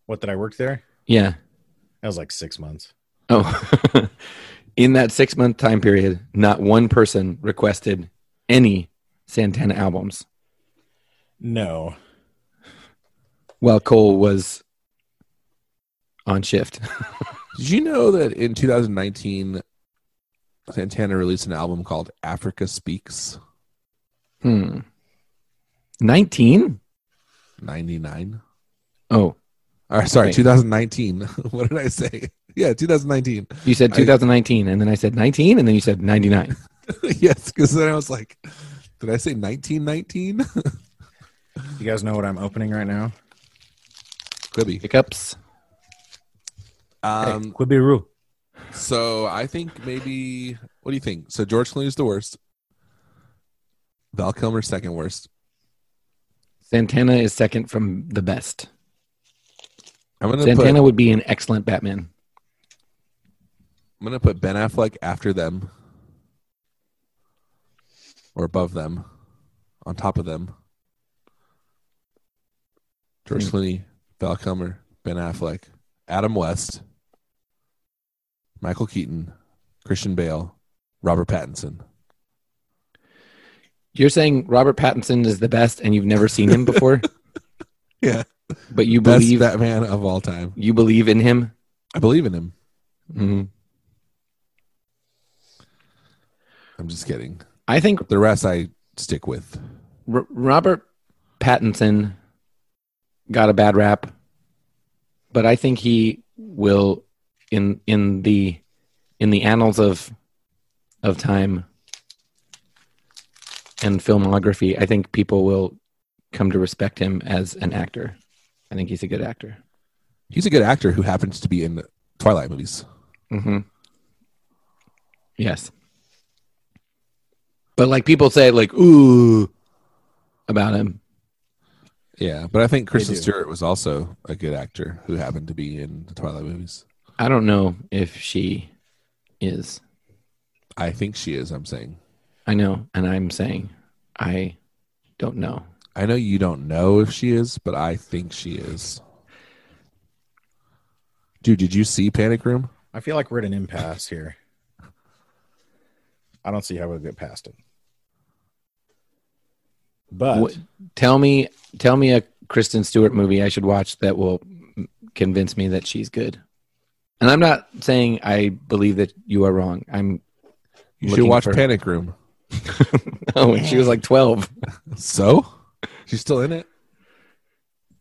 A: what did I work there?
C: Yeah.
A: That was like six months.
C: Oh. In that six month time period, not one person requested any Santana albums
A: No,
C: while Cole was on shift.
B: Did you know that in 2019, Santana released an album called Africa Speaks
C: Hmm. 19?
B: 99?
C: Oh,
B: Or sorry,
C: Wait.
B: 2019. what did I say? Yeah, 2019.
C: you said
B: I-
C: 2019, and then I said 19, and then you said 99.
B: yes, because then I was like, did I say 1919?
A: you guys know what I'm opening right now.
B: Quibi.
C: Hiccups.
B: Um,
A: Quibi Roo.
B: so I think maybe, what do you think? So George Clooney's the worst. Val Kilmer's second worst.
C: Santana is second from the best.
B: I'm gonna put
C: Santana would be an excellent Batman.
B: I'm gonna put Ben Affleck after them, or above them, on top of them. George
C: Hmm.
B: Clooney, Val Kilmer, Ben Affleck, Adam West, Michael Keaton, Christian Bale, Robert Pattinson.
C: You're saying Robert Pattinson is the best, and you've never seen him before,
B: Yeah,
C: but you
B: best
C: believe
B: Batman of all time.
C: you believe in him.
B: I believe in him.
C: Mhm.
B: I'm just kidding.
C: I think
B: The rest I stick with.
C: R- Robert Pattinson got a bad rap, but I think he will in in the in the annals of of time and filmography. I think people will come to respect him as an actor. I think he's a good actor.
B: He's a good actor who happens to be in Twilight movies.
C: Mm-hmm. Yes. But like people say, like ooh, about him.
B: Yeah, but I think Kristen
A: do.
B: Stewart was also a good actor who happened to be in the Twilight movies.
C: I don't know if she is.
B: I think she is. I'm saying.
C: I know, and I'm saying I don't know.
B: I know you don't know if she is, but I think she is. Dude, did you see Panic Room?
A: I feel like we're at an impasse here. I don't see how we'll get past it. But
C: What- Tell me, tell me a Kristen Stewart movie I should watch that will m- convince me that she's good. And I'm not saying I believe that you are wrong. I'm
B: You should
C: Looking
B: watch
C: for-
B: Panic Room.
C: oh, and she was like 12.
B: So, she's still in it.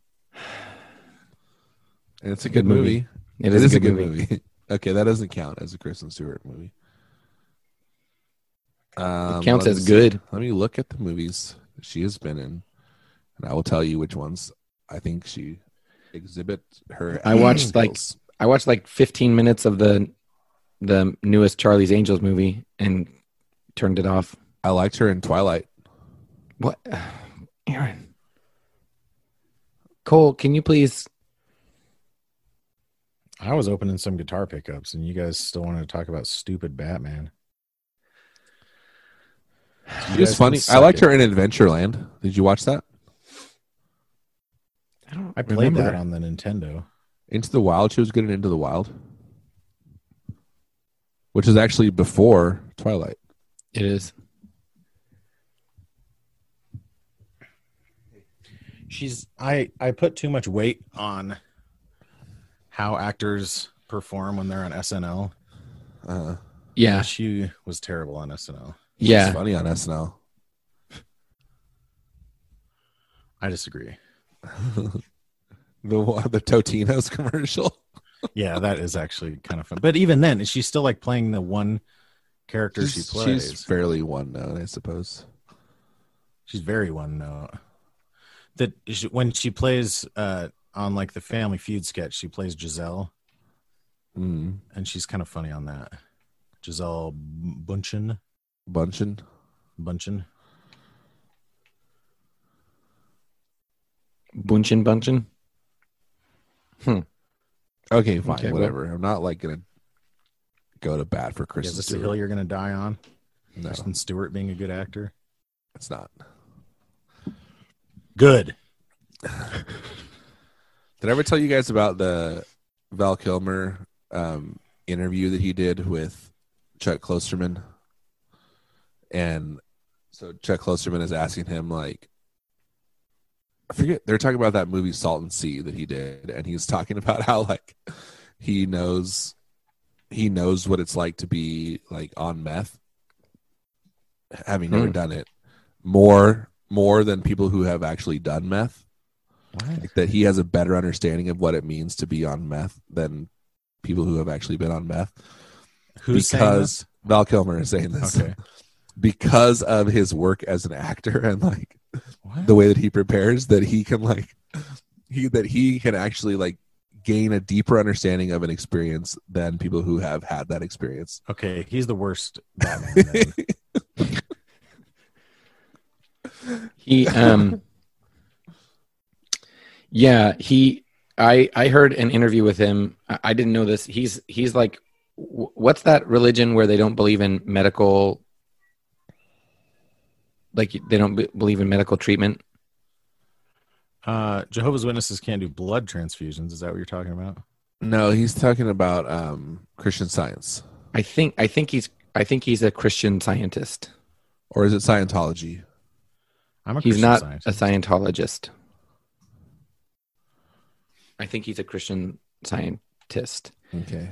B: And it's a good,
C: Good movie.
B: movie.
C: It is, a good, movie.
B: okay, that doesn't count as a Kristen Stewart movie. Um,
C: it counts
B: let me
C: as
B: see.
C: good.
B: Let me look at the movies she has been in, and I will tell you which ones I think she exhibit her.
C: I watched, like,
B: skills.
C: I watched like 15 minutes of the the newest Charlie's Angels movie and turned it off.
B: I liked her in Twilight.
C: What, Aaron? Cole, can you please?
A: I was opening some guitar pickups, and you guys still wanted to talk about stupid Batman.
B: She was
A: guys
B: funny.
A: can
B: I
A: suck
B: liked
A: it.
B: her in Adventureland. Did you watch that?
C: I don't.
A: I played
C: remember.
A: that on the Nintendo.
B: Into the Wild. She was good in Into the Wild, which is actually before Twilight.
C: It is.
A: She's I I put too much weight on how actors perform when they're on SNL.
B: Uh,
C: Yeah.
A: She was terrible on SNL.
B: yeah,
C: Yeah.
B: funny on SNL.
A: I disagree.
B: The one- the Totino's commercial.
A: Yeah, that is actually kind of fun. But even then, is she still like playing the one character she
B: She's-
A: plays?
B: She's fairly one known, I suppose.
A: She's very one note. That she, when she plays uh, on like the Family Feud sketch, she plays Giselle,
B: Mm.
A: and she's kind of funny on that. Giselle Bunchen,
B: Bunchen.
A: Bunchen,
C: Bunchin Bunchin.
B: Okay, fine,
C: Okay, well-
B: whatever. I'm not like gonna go to bat for
A: is
B: Kristen
A: this the hill
B: Stewart.
A: you're gonna die on?
B: No,
A: Kristen Stewart being a good actor.
B: it's not.
A: Good.
B: Did I ever tell you guys about the Val Kilmer um, interview that he did with Chuck Klosterman? And so Chuck Klosterman is asking him like, I forget they're talking about that movie Salt and Sea that he did, and he's talking about how like he knows he knows what it's like to be like on meth, having never
C: Hmm.
B: done it more more than people who have actually done meth
A: What?
B: that he has a better understanding of what it means to be on meth than people who have actually been on meth
A: Who's
B: because Val Kilmer is saying
A: saying
B: this
A: this? okay?
B: because of his work as an actor and like
A: What?
B: the way that he prepares that he can like he that he can actually like gain a deeper understanding of an experience than people who have had that experience.
A: okay, he's the worst Batman. then.
C: He um Yeah, he I I heard an interview with him. I, I didn't know this. He's he's like wh- what's that religion where they don't believe in medical like they don't be, believe in medical treatment?
A: uh, Jehovah's Witnesses can't do blood transfusions. Is that what you're talking about?
B: No, he's talking about um Christian science
C: I think I think he's I think he's a Christian scientist.
B: or is it Scientology?
A: I'm a
C: He's
A: Christian
C: not
A: scientist.
C: a Scientologist. I think he's a Christian scientist.
B: Okay.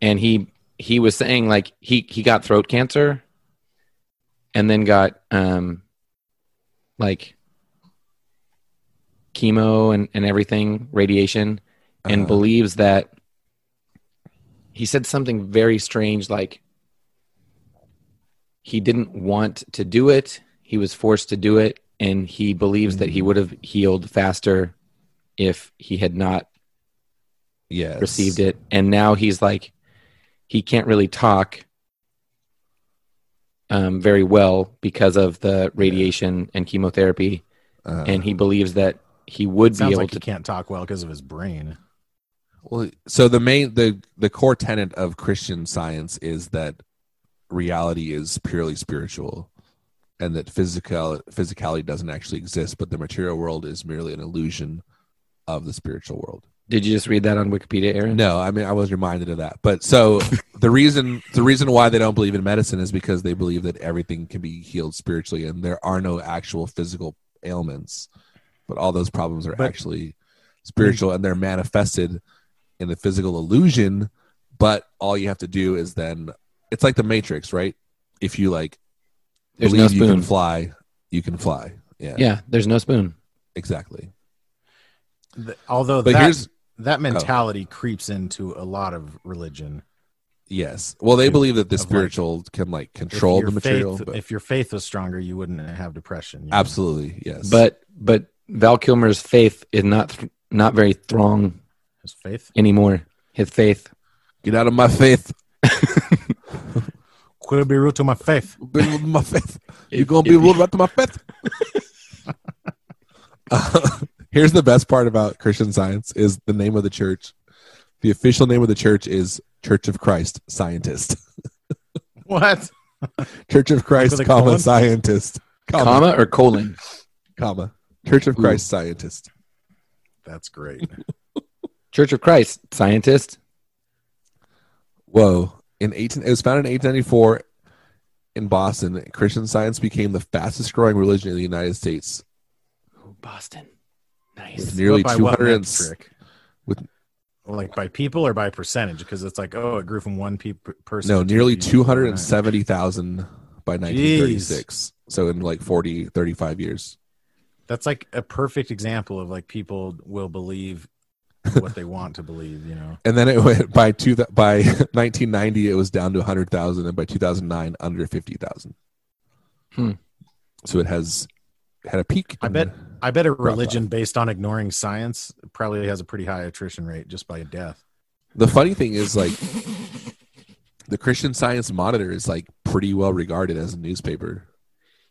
C: and he he was saying like he he got throat cancer and then got um like chemo and and everything radiation and
B: Uh,
C: believes that he said something very strange like he didn't want to do it he was forced to do it and he believes that
B: Mm.
C: he would have healed faster if he had not
B: yes.
C: received it and now he's like he can't really talk um, very well because of the radiation and chemotherapy,
B: Uh,
C: and he believes that he would be
A: Sounds
C: able
A: like
C: to.
A: he can't talk well because of his brain.
B: well, so the main the the core tenet of Christian Science is that reality is purely spiritual, and that physical physicality doesn't actually exist, but the material world is merely an illusion of the spiritual world.
C: Did you just read that on Wikipedia, Aaron?
B: No, I mean I was reminded of that. But so the reason the reason why they don't believe in medicine is because they believe that everything can be healed spiritually and there are no actual physical ailments. But all those problems are
A: But-
B: actually spiritual and they're manifested in the physical illusion, but all you have to do is then it's like the matrix, right? If you like
C: There's no
B: believe you
C: spoon.
B: can fly, you can fly. Yeah,
C: Yeah, there's no spoon.
B: exactly.
A: Th- although
B: But
A: that,
B: here's
A: that mentality creeps into a lot of religion.
B: yes. Well, they
A: Dude,
B: believe that the
A: of, like,
B: spiritual can like
A: If
B: control
A: your
B: the material.
A: faith-
B: but-
A: If your faith was stronger, you wouldn't have depression. you know?
B: Absolutely, yes.
C: But but Val Kilmer's faith is not th- not very strong
A: His faith.
C: anymore. His faith.
B: get out of my faith,
A: Could it be root to my faith?
B: be with my faith. You're
C: If-
B: gonna be
C: if you-
B: ruled right to my faith. Uh, here's the best part about Christian Science is the name of the church. The official name of the church is Church of Christ Scientist.
A: What?
B: Church of Christ,
A: a
B: comma
A: colon?
B: Scientist, comma, comma
C: Comma or colon?
B: Church of
C: Ooh.
B: Christ Scientist.
A: That's great.
C: Church of Christ, scientist.
B: Whoa! In eighteen, it was founded in 1894 in Boston. Christian Science became the fastest growing religion in the United States,
C: Ooh, Boston.
B: with
C: Nice.
B: nearly
A: But by
B: two
A: what
B: hundred.
A: metric?
B: with-
A: like by people or by percentage? Because it's like, oh, it grew from one peop person.
B: No,
A: to
B: nearly
A: people.
B: 270,000 by 1936. So in like 40, 35 years.
A: That's like a perfect example of like people will believe what they want to believe. You know,
B: And then it went by two th- by 1990 it was down to 100,000 and by 2009 under 50,000.
C: Hmm.
B: So it has had a peak.
A: I
B: and-
A: bet- I bet a religion based on ignoring science probably has a pretty high attrition rate just by death.
B: The funny thing is like the Christian Science Monitor is like pretty well regarded as a newspaper.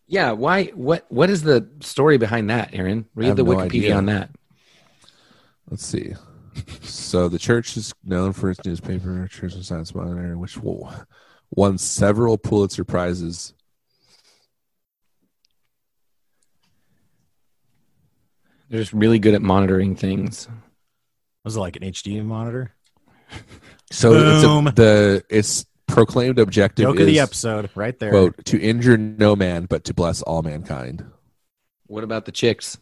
C: Yeah. Why? What? What is the story behind that, Aaron? Read
B: have
C: the
B: no
C: Wikipedia
B: idea.
C: on that.
B: Let's see. so the church is known for its newspaper, Church and Science Monitor, which wo- won several Pulitzer prizes.
C: They're just really good at monitoring things.
A: Was it like an HD monitor?
B: So it's
A: Boom.
B: a, the it's proclaimed objective
A: Joke
B: is
A: of the episode, right there.
B: quote to injure no man but to bless all mankind.
C: What about the chicks?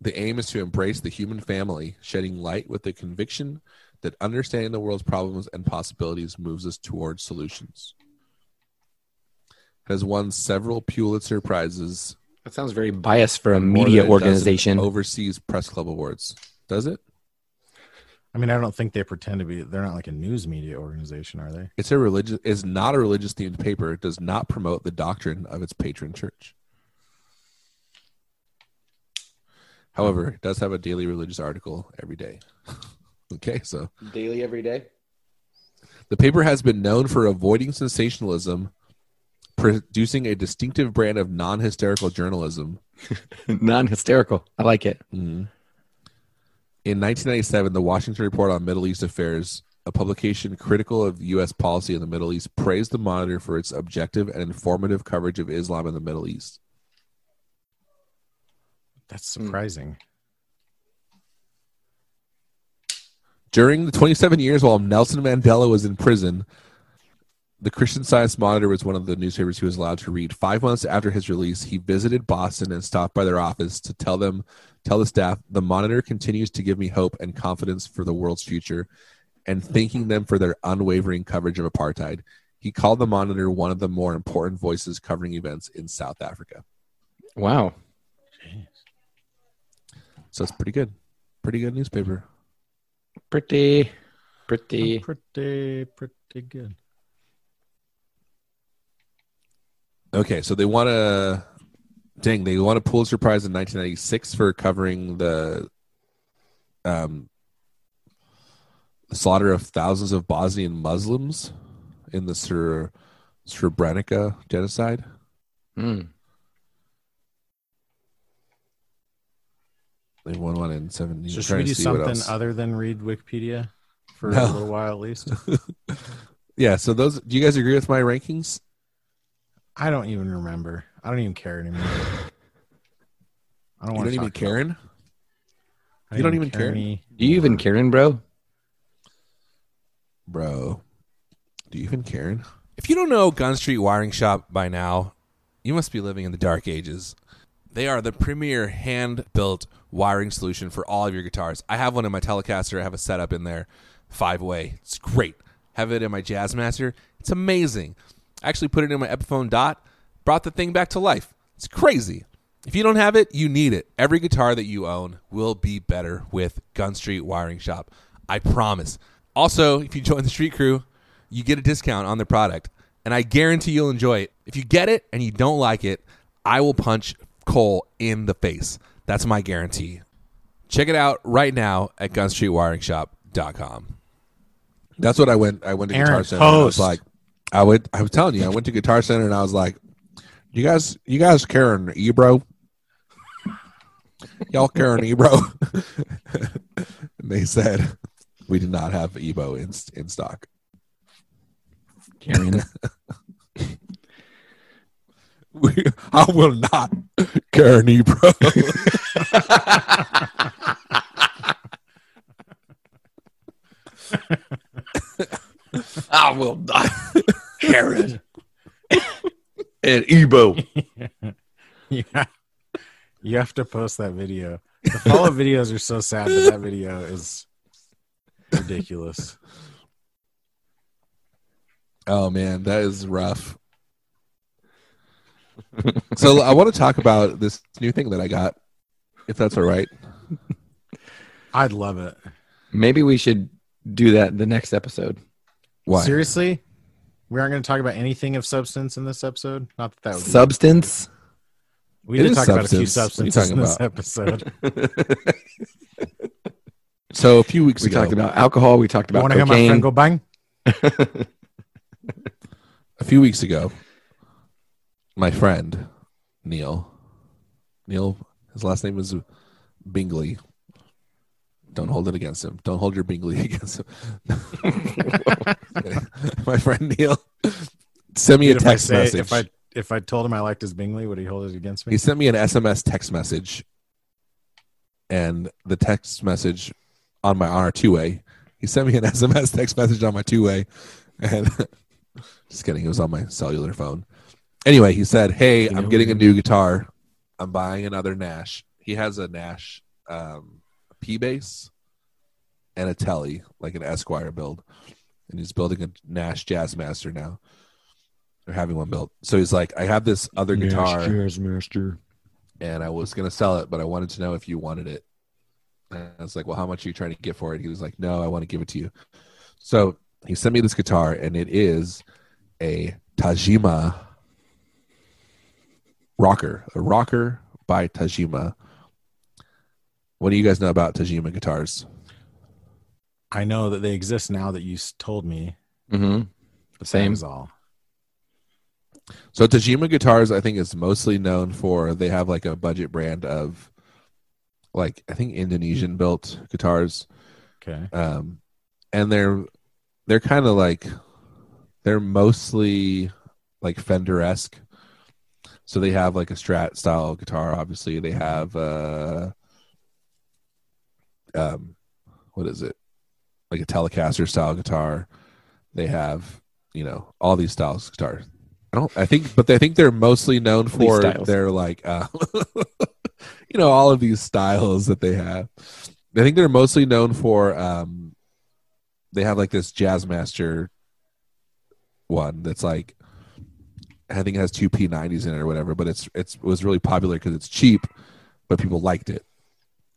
B: The aim is to embrace the human family, shedding light with the conviction that understanding the world's problems and possibilities moves us towards solutions. Has won several Pulitzer prizes
C: That sounds very biased for a
B: more
C: media
B: than a dozen
C: organization.
B: overseas press club awards does it
A: I mean, I don't think they pretend to be. They're not like a news media organization, are they?
B: it's a religious is not a religious themed paper it does not promote the doctrine of its patron church however it does have a daily religious article every day okay so
C: Daily, every day.
B: the paper has been known for avoiding sensationalism producing a distinctive brand of non-hysterical journalism
C: Non-hysterical. I like it.
B: Mhm. In 1997, the Washington Report on Middle East Affairs, a publication critical of U.S. policy in the Middle East, praised the monitor for its objective and informative coverage of Islam in the Middle East.
A: That's
B: Hmm.
A: surprising.
B: During the 27 years while Nelson Mandela was in prison, the Christian Science Monitor was one of the newspapers he was allowed to read. Five months after his release, he visited Boston and stopped by their office to tell them, tell the staff, the monitor continues to give me hope and confidence for the world's future, and thanking them for their unwavering coverage of apartheid. He called the monitor one of the more important voices covering events in South Africa.
C: Wow.
B: So it's pretty good. Pretty good newspaper.
C: Pretty, pretty.
A: pretty pretty good.
B: Okay, so they want to, dang, they won a Pulitzer Prize in 1996 for covering the, um, the slaughter of thousands of Bosnian Muslims in the Sur
D: Srebrenica genocide.
C: Mm.
D: They won one in seventy.
A: So should
D: trying
A: we
D: to
A: do
D: see what
A: something
D: else.
A: other than read Wikipedia for
D: No.
A: a little while at least?
D: yeah. So those. Do you guys agree with my rankings?
A: I don't even remember. I don't even care anymore. I don't
D: You
A: want
D: don't
A: to
D: even Karen.
A: I
D: You don't even care?
A: any-
C: Do you even Karen, bro?
D: bro. Do you even Karen?
B: If you don't know Gun Street Wiring Shop by now, you must be living in the dark ages. They are the premier hand built wiring solution for all of your guitars. I have one in my Telecaster, I have a setup in there, five way. It's great. Have it in my Jazzmaster, it's amazing. I actually put it in my Epiphone Dot, brought the thing back to life. It's crazy. If you don't have it, you need it. Every guitar that you own will be better with Gun Street Wiring Shop. I promise. Also, if you join the street crew, you get a discount on their product, and I guarantee you'll enjoy it. If you get it and you don't like it, I will punch Cole in the face. That's my guarantee. Check it out right now at gunstreetwiringshop.com.
D: That's what I went. I went to
A: Aaron
D: Guitar Center. And I was
A: Post.
D: like, I would. I was telling you, I went to Guitar Center and I was like, you guys, you guys Karen Ebro. Y'all Karen Ebro. and they said we did not have Ebo in in stock.
C: Karen.
D: We, I will not Karen Ebro.
C: I will not Karen. and Ebo.
A: Yeah. You have to post that video. The follow videos are so sad, but that video is ridiculous.
D: Oh man, that is rough. so I want to talk about this new thing that I got, if that's all right.
A: I'd love it.
C: Maybe we should do that the next episode.
D: Why?
A: Seriously? We aren't going to talk about anything of substance in this episode. Not that that would be-
C: Substance.
A: we
D: It
A: did
D: is
A: talk about a few
D: substance. What are you
A: substances in this
D: talking
A: episode.
D: So a few weeks
C: We
D: ago,
C: talked about alcohol. We talked
A: You
C: about
A: want to hear my friend
C: cocaine.
A: go bang?
D: a few weeks ago, my friend Neil, Neil, his last name was Bingley. Don't hold it against him. Don't hold your Bingley against him. my friend Neil sent me
A: Dude,
D: a
A: if I
D: text
A: say
D: message.
A: if I if I told him I liked his Bingley, would he hold it against
D: He
A: me?
D: sent me an SMS text message, and the text message on my on our two way. He sent me an SMS text message on my two way, and just kidding, it was on my cellular phone. Anyway, he said, "Hey, I'm getting a new guitar. I'm buying another Nash. He has a Nash um, P bass and a Telly, like an Esquire build, and he's building a Nash Jazzmaster now." They're having one built. So he's like, I have this other guitar and I was gonna sell it, but I wanted to know if you wanted it. And I was like, "Well, how much are you trying to get for it?" He was like, "No, I want to give it to you." So he sent me this guitar, and it is a Tajima rocker, a rocker by Tajima. What do you guys know about Tajima guitars?
A: I know that they exist now that you s- told me.
C: hmm
A: But
C: Same.
A: That is all.
D: So Tajima Guitars, I think, is mostly known for they have like a budget brand of like I think Indonesian built guitars.
A: Okay.
D: um, and they're they're kind of like they're mostly like Fender esque. So they have like a Strat style guitar. Obviously, they have uh, um, what is it? Like a Telecaster style guitar. They have you know all these styles of guitars. I don't. I think, but I think they're mostly known
C: these
D: for
C: styles.
D: their like, uh, you know, all of these styles that they have. I think they're mostly known for um they have like this Jazzmaster one that's like I think it has two P90s in it or whatever, but it's it's it was really popular cuz it's cheap, but people liked it.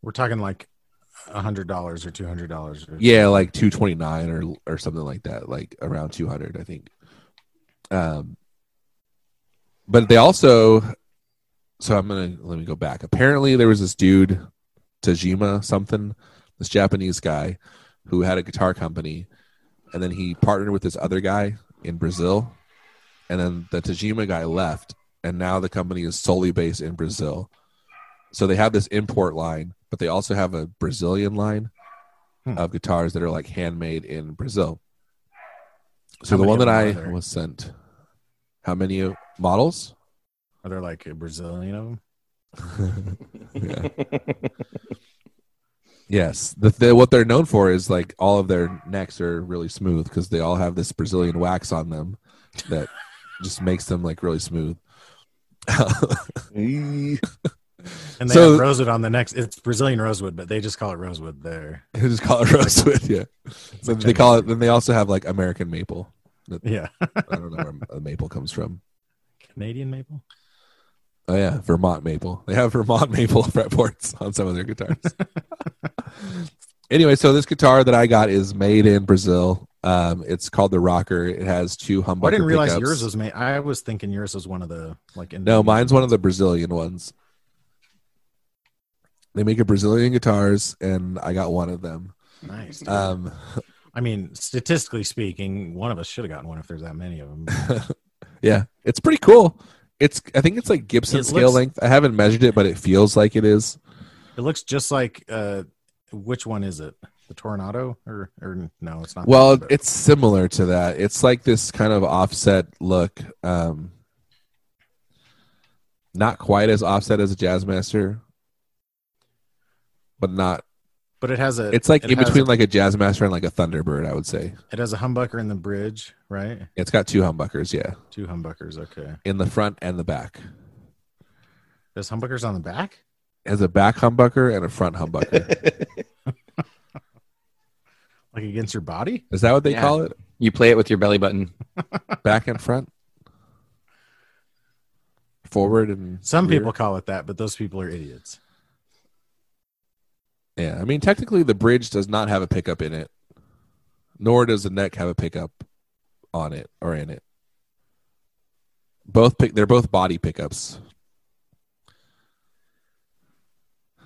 A: We're talking like a hundred dollars or two hundred dollars.
D: Yeah, like 229 or or something like that, like around 200, I think. Um but they also so I'm going to let me go back. Apparently there was this dude Tajima something, this Japanese guy who had a guitar company and then he partnered with this other guy in Brazil and then the Tajima guy left, and now the company is solely based in Brazil. So they have this import line, but they also have a Brazilian line
A: Hmm.
D: of guitars that are like handmade in Brazil. So
A: How
D: the
A: many
D: one
A: of
D: that I
A: them are there?
D: was sent, how many models?
A: Are there like a Brazilian of them?
D: Yeah. yes, the, the, what they're known for is like all of their necks are really smooth because they all have this Brazilian wax on them that just makes them like really smooth.
A: And they
D: So-
A: have rosewood on the next. It's Brazilian rosewood, but they just call it rosewood there.
D: They just call it rosewood. Yeah, so
A: like
D: they call it. Then they also have like American maple.
A: Yeah.
D: I don't know where maple comes from.
A: Canadian maple?
D: Oh yeah, Vermont maple. They have Vermont maple fretboards on some of their guitars. anyway, so this guitar that I got is made in Brazil. Um, it's called the Rocker. It has two humbucker.
A: I didn't realize
D: pickups.
A: yours was made. I was thinking yours was one of the like.
D: No,
A: Indonesian-
D: mine's one of the Brazilian ones. They make a Brazilian guitars, and I got one of them.
A: Nice. dude.
D: Um,
A: I mean, statistically speaking, one of us should have gotten one if there's that many of them.
D: yeah, it's pretty cool. It's I think it's like Gibson
A: It
D: scale
A: looks-
D: length. I haven't measured it, but it feels like it is.
A: It looks just like uh, which one is it? The Tornado or or no? It's not.
D: Well,
A: that, but-
D: it's similar to that. It's like this kind of offset look. Um, not quite as offset as a Jazzmaster, but not.
A: but it has a.
D: It's like
A: it
D: in
A: has-
D: between like a Jazzmaster and like a Thunderbird. I would say
A: It has a humbucker in the bridge, right?
D: it's got two humbuckers. Yeah,
A: Two humbuckers. Okay.
D: in the front and the back.
A: There's humbuckers on the back.
D: It has a back humbucker and a front humbucker.
A: Like against your body?
D: Is that what they
C: Yeah.
D: call it?
C: you play it with your belly button.
D: Back and front. Forward and
A: Some
D: rear?
A: people call it that, but those people are idiots.
D: Yeah, I mean, technically, the bridge does not have a pickup in it, nor does the neck have a pickup on it or in it. Both pick, they're both body pickups.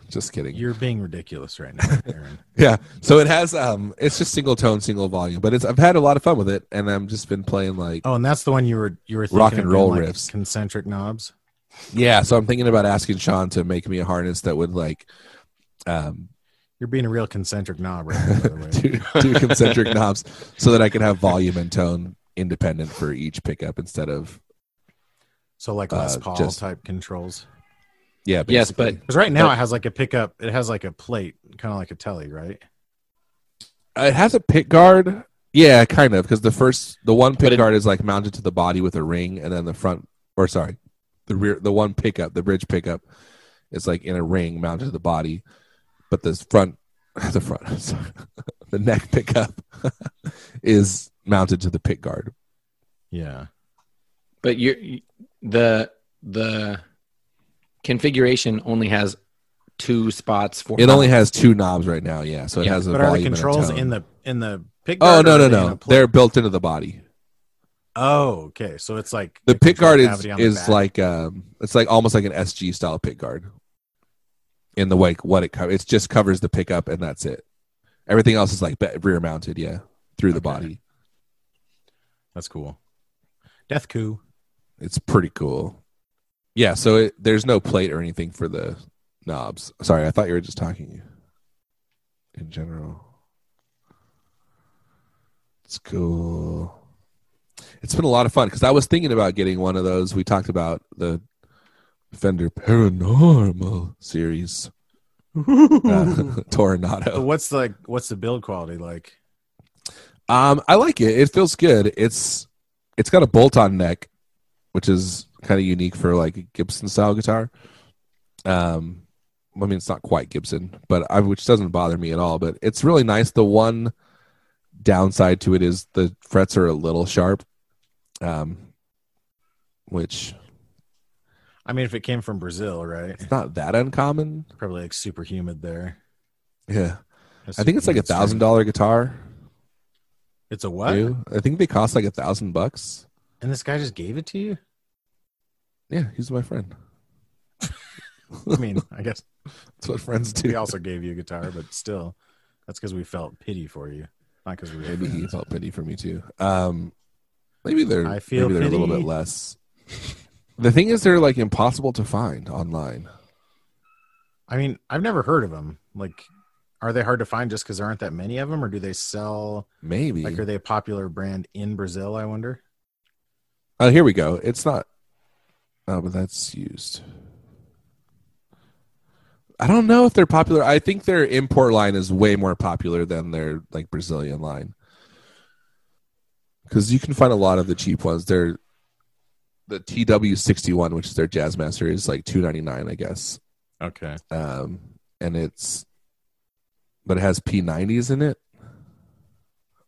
D: Just kidding.
A: You're being ridiculous right now, Aaron.
D: yeah, so it has um, it's just single tone, single volume, but it's I've had a lot of fun with it, and I'm just been playing like
A: oh, and that's the one you were you were thinking
D: Rock
A: of
D: and
A: doing,
D: roll
A: like,
D: riffs.
A: concentric knobs.
D: yeah. So I'm thinking about asking Sean to make me a harness that would like um
A: You're being a real concentric knob right now, by the way.
D: two, two concentric knobs so that I can have volume and tone independent for each pickup instead of
A: So like Les
D: Uh,
A: Paul
D: just-
A: type controls.
D: yeah.
C: yes,
D: basically.
C: but
A: Because right now
C: But-
A: it has like a pickup. It has like a plate, kind of like a telly, right?
D: Uh, it has a pick guard. Yeah, kind of because the first the one
C: But
D: pick
C: it-
D: guard is like mounted to the body with a ring, and then the front or sorry, the rear the one pickup the bridge pickup is like in a ring mounted to the body, but this front the front sorry, the neck pickup is mounted to the pick guard.
A: Yeah.
C: but you're you- the the configuration only has two spots for
D: It only has two knobs right now. Yeah, so it
C: Yeah,
D: has a
A: But are the
D: volume
A: controls
D: and a tone.
A: in the in the pick?
D: Oh
A: guard or
D: no
A: are
D: no
A: they in
D: no!
A: a plate?
D: They're built into the body.
A: oh okay. So it's like
D: The
A: a
D: pick
A: control
D: guard is
A: cavity on the
D: is
A: back.
D: like um, it's like almost like an SG style pick guard. In the way what it covers, it just covers the pickup and that's it. Everything else is like be- rear mounted, yeah, through the
A: Okay.
D: body.
A: that's cool. Death coup.
D: It's pretty cool. Yeah, so it, there's no plate or anything for the knobs. Sorry, I thought you were just talking in general. It's cool. It's been a lot of fun because I was thinking about getting one of those. We talked about the Fender Paranormal series. Uh,
A: But
D: Tornado.
A: what's like what's the build quality like?
D: Um, I like it. It feels good. It's it's got a bolt on neck, which is kind of unique for like a Gibson style guitar. Um, I mean it's not quite Gibson, but I, which doesn't bother me at all. But it's really nice. The one downside to it is the frets are a little sharp, um, which
A: I mean, if it came from Brazil, right?
D: it's not that uncommon.
A: Probably like super humid there.
D: Yeah,
A: That's
D: I think it's like a
A: humid
D: thousand
A: stream.
D: dollar guitar.
A: It's a what?
D: too. I think they cost like a thousand bucks.
A: And this guy just gave it to you?
D: Yeah, he's my friend.
A: I mean, I guess
D: That's what friends do.
A: we also gave you a guitar, but still, that's because we felt pity for you, not because we.
D: Maybe he felt pity for me too. Um, Maybe they're
A: I feel
D: maybe they're a little
A: pity.
D: bit less. The thing is, they're like impossible to find online.
A: I mean, I've never heard of them. Like, are they hard to find just because there aren't that many of them, or do they sell?
D: Maybe.
A: Like, are they a popular brand in Brazil? I wonder.
D: Oh, here we go. It's not. Oh, but that's used. I don't know if they're popular. I think their import line is way more popular than their like Brazilian line. Because you can find a lot of the cheap ones. They're the TW sixty one, which is their Jazzmaster, is like two ninety nine, I guess.
A: Okay.
D: Um, and it's, but it has P nineties in it.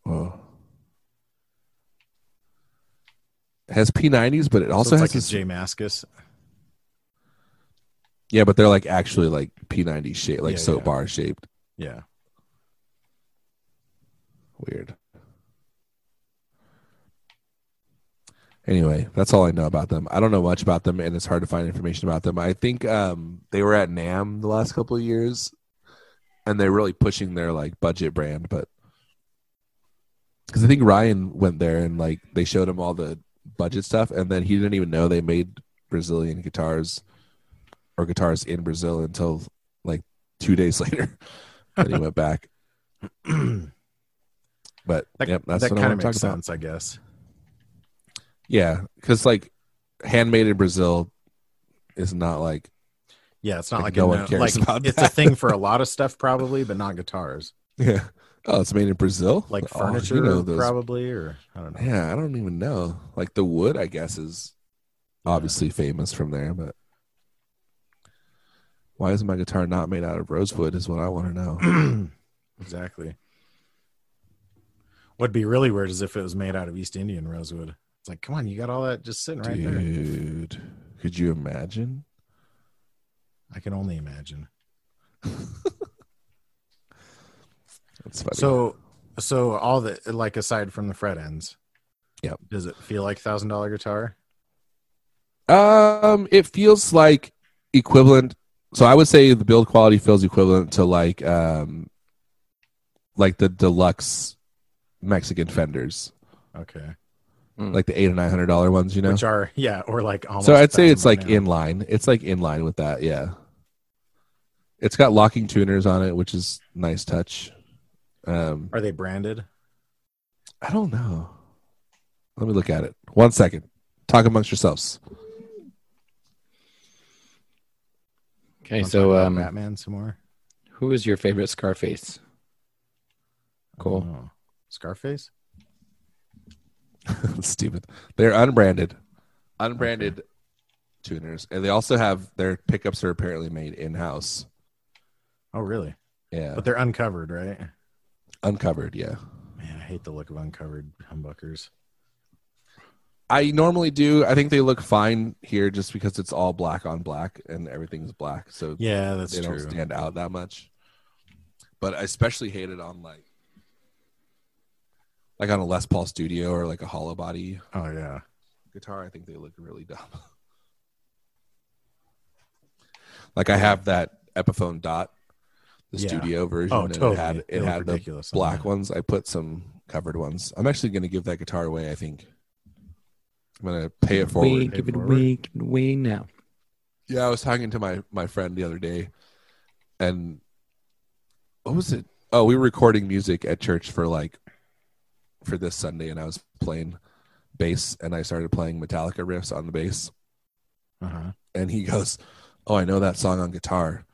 D: Oh. It has P nineties, but it also
A: so it's
D: has
A: like
D: this-
A: a J Mascus.
D: Yeah, but they're like actually like P90 shaped, like
A: Yeah,
D: soap
A: yeah.
D: bar shaped.
A: Yeah.
D: Weird. Anyway, that's all I know about them. I don't know much about them, and it's hard to find information about them. I think um, they were at Nam the last couple of years, and they're really pushing their like budget brand. But because I think Ryan went there and like they showed him all the budget stuff, and then he didn't even know they made Brazilian guitars or guitars in Brazil until like two days later. then he went back.
A: that
D: But yep, that's
A: that
D: what I
A: kind
D: want
A: of
D: to talk
A: makes
D: about.
A: sense, I guess.
D: Yeah, because like handmade in Brazil is not like
A: Yeah, it's not
D: Like,
A: like
D: no
A: a
D: one
A: no-
D: cares
A: like
D: about
A: it's a
D: that.
A: thing for a lot of stuff probably, but not guitars.
D: yeah. Oh, it's made in Brazil,
A: Like
D: Oh,
A: furniture
D: you know those-
A: probably, or I don't know.
D: Yeah, I don't even know. Like the wood, I guess, is obviously famous from there, but why is my guitar not made out of rosewood? Is what I want to know.
A: exactly. What'd be really weird is if it was made out of East Indian rosewood. It's like, come on, you got all that just sitting right there.
D: Dude, could you imagine?
A: I can only imagine.
D: That's funny.
A: So, so all the like aside from the fret ends.
D: Yep.
A: Does it feel like thousand dollar guitar?
D: Um, it feels like equivalent. So I would say the build quality feels equivalent to like um, like the deluxe Mexican fenders,
A: Okay.
D: like the eight or nine hundred dollar ones. You know.
A: Hmm. Which are yeah, or like almost.
D: So I'd say it's
A: 1,000
D: like
A: now.
D: in line. It's like in line with that. Yeah. It's got locking tuners on it, which is nice touch. Um,
A: Are they branded?
D: I don't know. Let me look at it. One second. Talk amongst yourselves.
C: Okay,
A: Wanna
C: so
A: talk about
C: um,
A: Batman some more.
C: who is your favorite Scarface? Cool.
A: Oh. Scarface.
D: Stupid. They're unbranded, unbranded tuners, and they also have their pickups are apparently made in house.
A: Oh really?
D: Yeah,
A: But they're uncovered, right?
D: uncovered. Yeah,
A: Man, I hate the look of uncovered humbuckers.
D: I normally do. I think they look fine here just because it's all black on black and everything's black, so
A: Yeah, that's
D: they
A: true.
D: don't stand out that much. But I especially hate it on like like on a Les Paul Studio or like a hollow body
A: Oh yeah.
D: guitar, I think they look really dumb. like I have that Epiphone Dot, the
A: Yeah.
D: studio version.
A: Oh
D: and
A: totally.
D: It had,
A: They
D: it
A: look
D: had the
A: ridiculous on
D: black
A: that.
D: ones. I put some covered ones. I'm actually going to give that guitar away. I think I'm going to pay it forward.
C: We give it away, give it away now.
D: Yeah, I was talking to my my friend the other day, and what was it? Oh, we were recording music at church for like for this Sunday, and I was playing bass, and I started playing Metallica riffs on the bass,
A: Uh-huh.
D: and he goes, "Oh, I know that song on guitar,"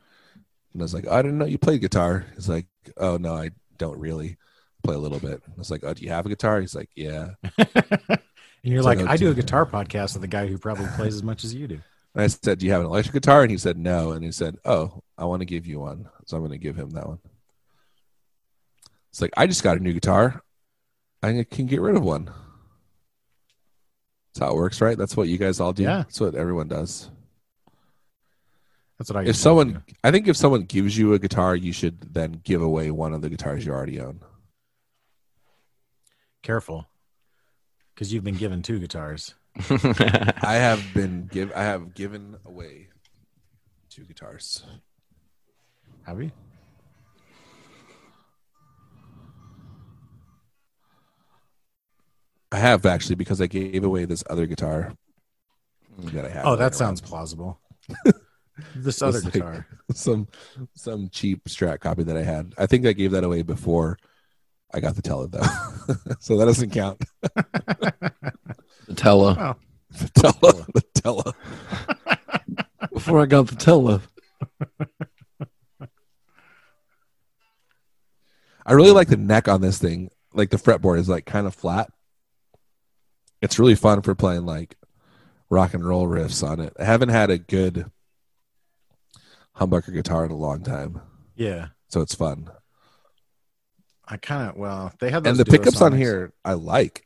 D: and I was like, "I didn't know you played guitar." He's like, "Oh no, I don't really." Play a little bit. I was like, "Oh, do you have a guitar?" He's like, "Yeah."
A: Uh-huh. and you're
D: So
A: like,
D: no
A: I do a
D: tune.
A: guitar podcast with a guy who probably plays as much as you do.
D: And I said, "Do you have an electric guitar?" And he said, "No." And he said, "Oh, I want to give you one, so I'm going to give him that one." It's like I just got a new guitar. I can get rid of one. That's how it works, right? That's what you guys all do.
A: Yeah.
D: That's what everyone does.
A: That's what I.
D: If
A: usually do.
D: someone, I think, if someone gives you a guitar, you should then give away one of the guitars you already own.
A: careful, because you've been given two guitars.
D: I have been give. I have given away two guitars.
A: Have you? Oh,
D: I I have actually because I gave away this other guitar that I have.
A: Oh,
D: laying
A: that
D: around.
A: sounds plausible. this other
D: like-
A: guitar.
D: some some cheap Strat copy that I had. I think I gave that away before I got the teller though, so that doesn't count.
C: The Tella.
D: The teller, the teller.
C: Before I got the Tella.
D: I really like the neck on this thing. Like the fretboard is like kind of flat. It's really fun for playing like rock and roll riffs on it. I haven't had a good humbucker guitar in a long time,
A: Yeah.
D: so it's fun.
A: I kind of well, they had those
D: and the
A: Duosonics.
D: pickups on here I like.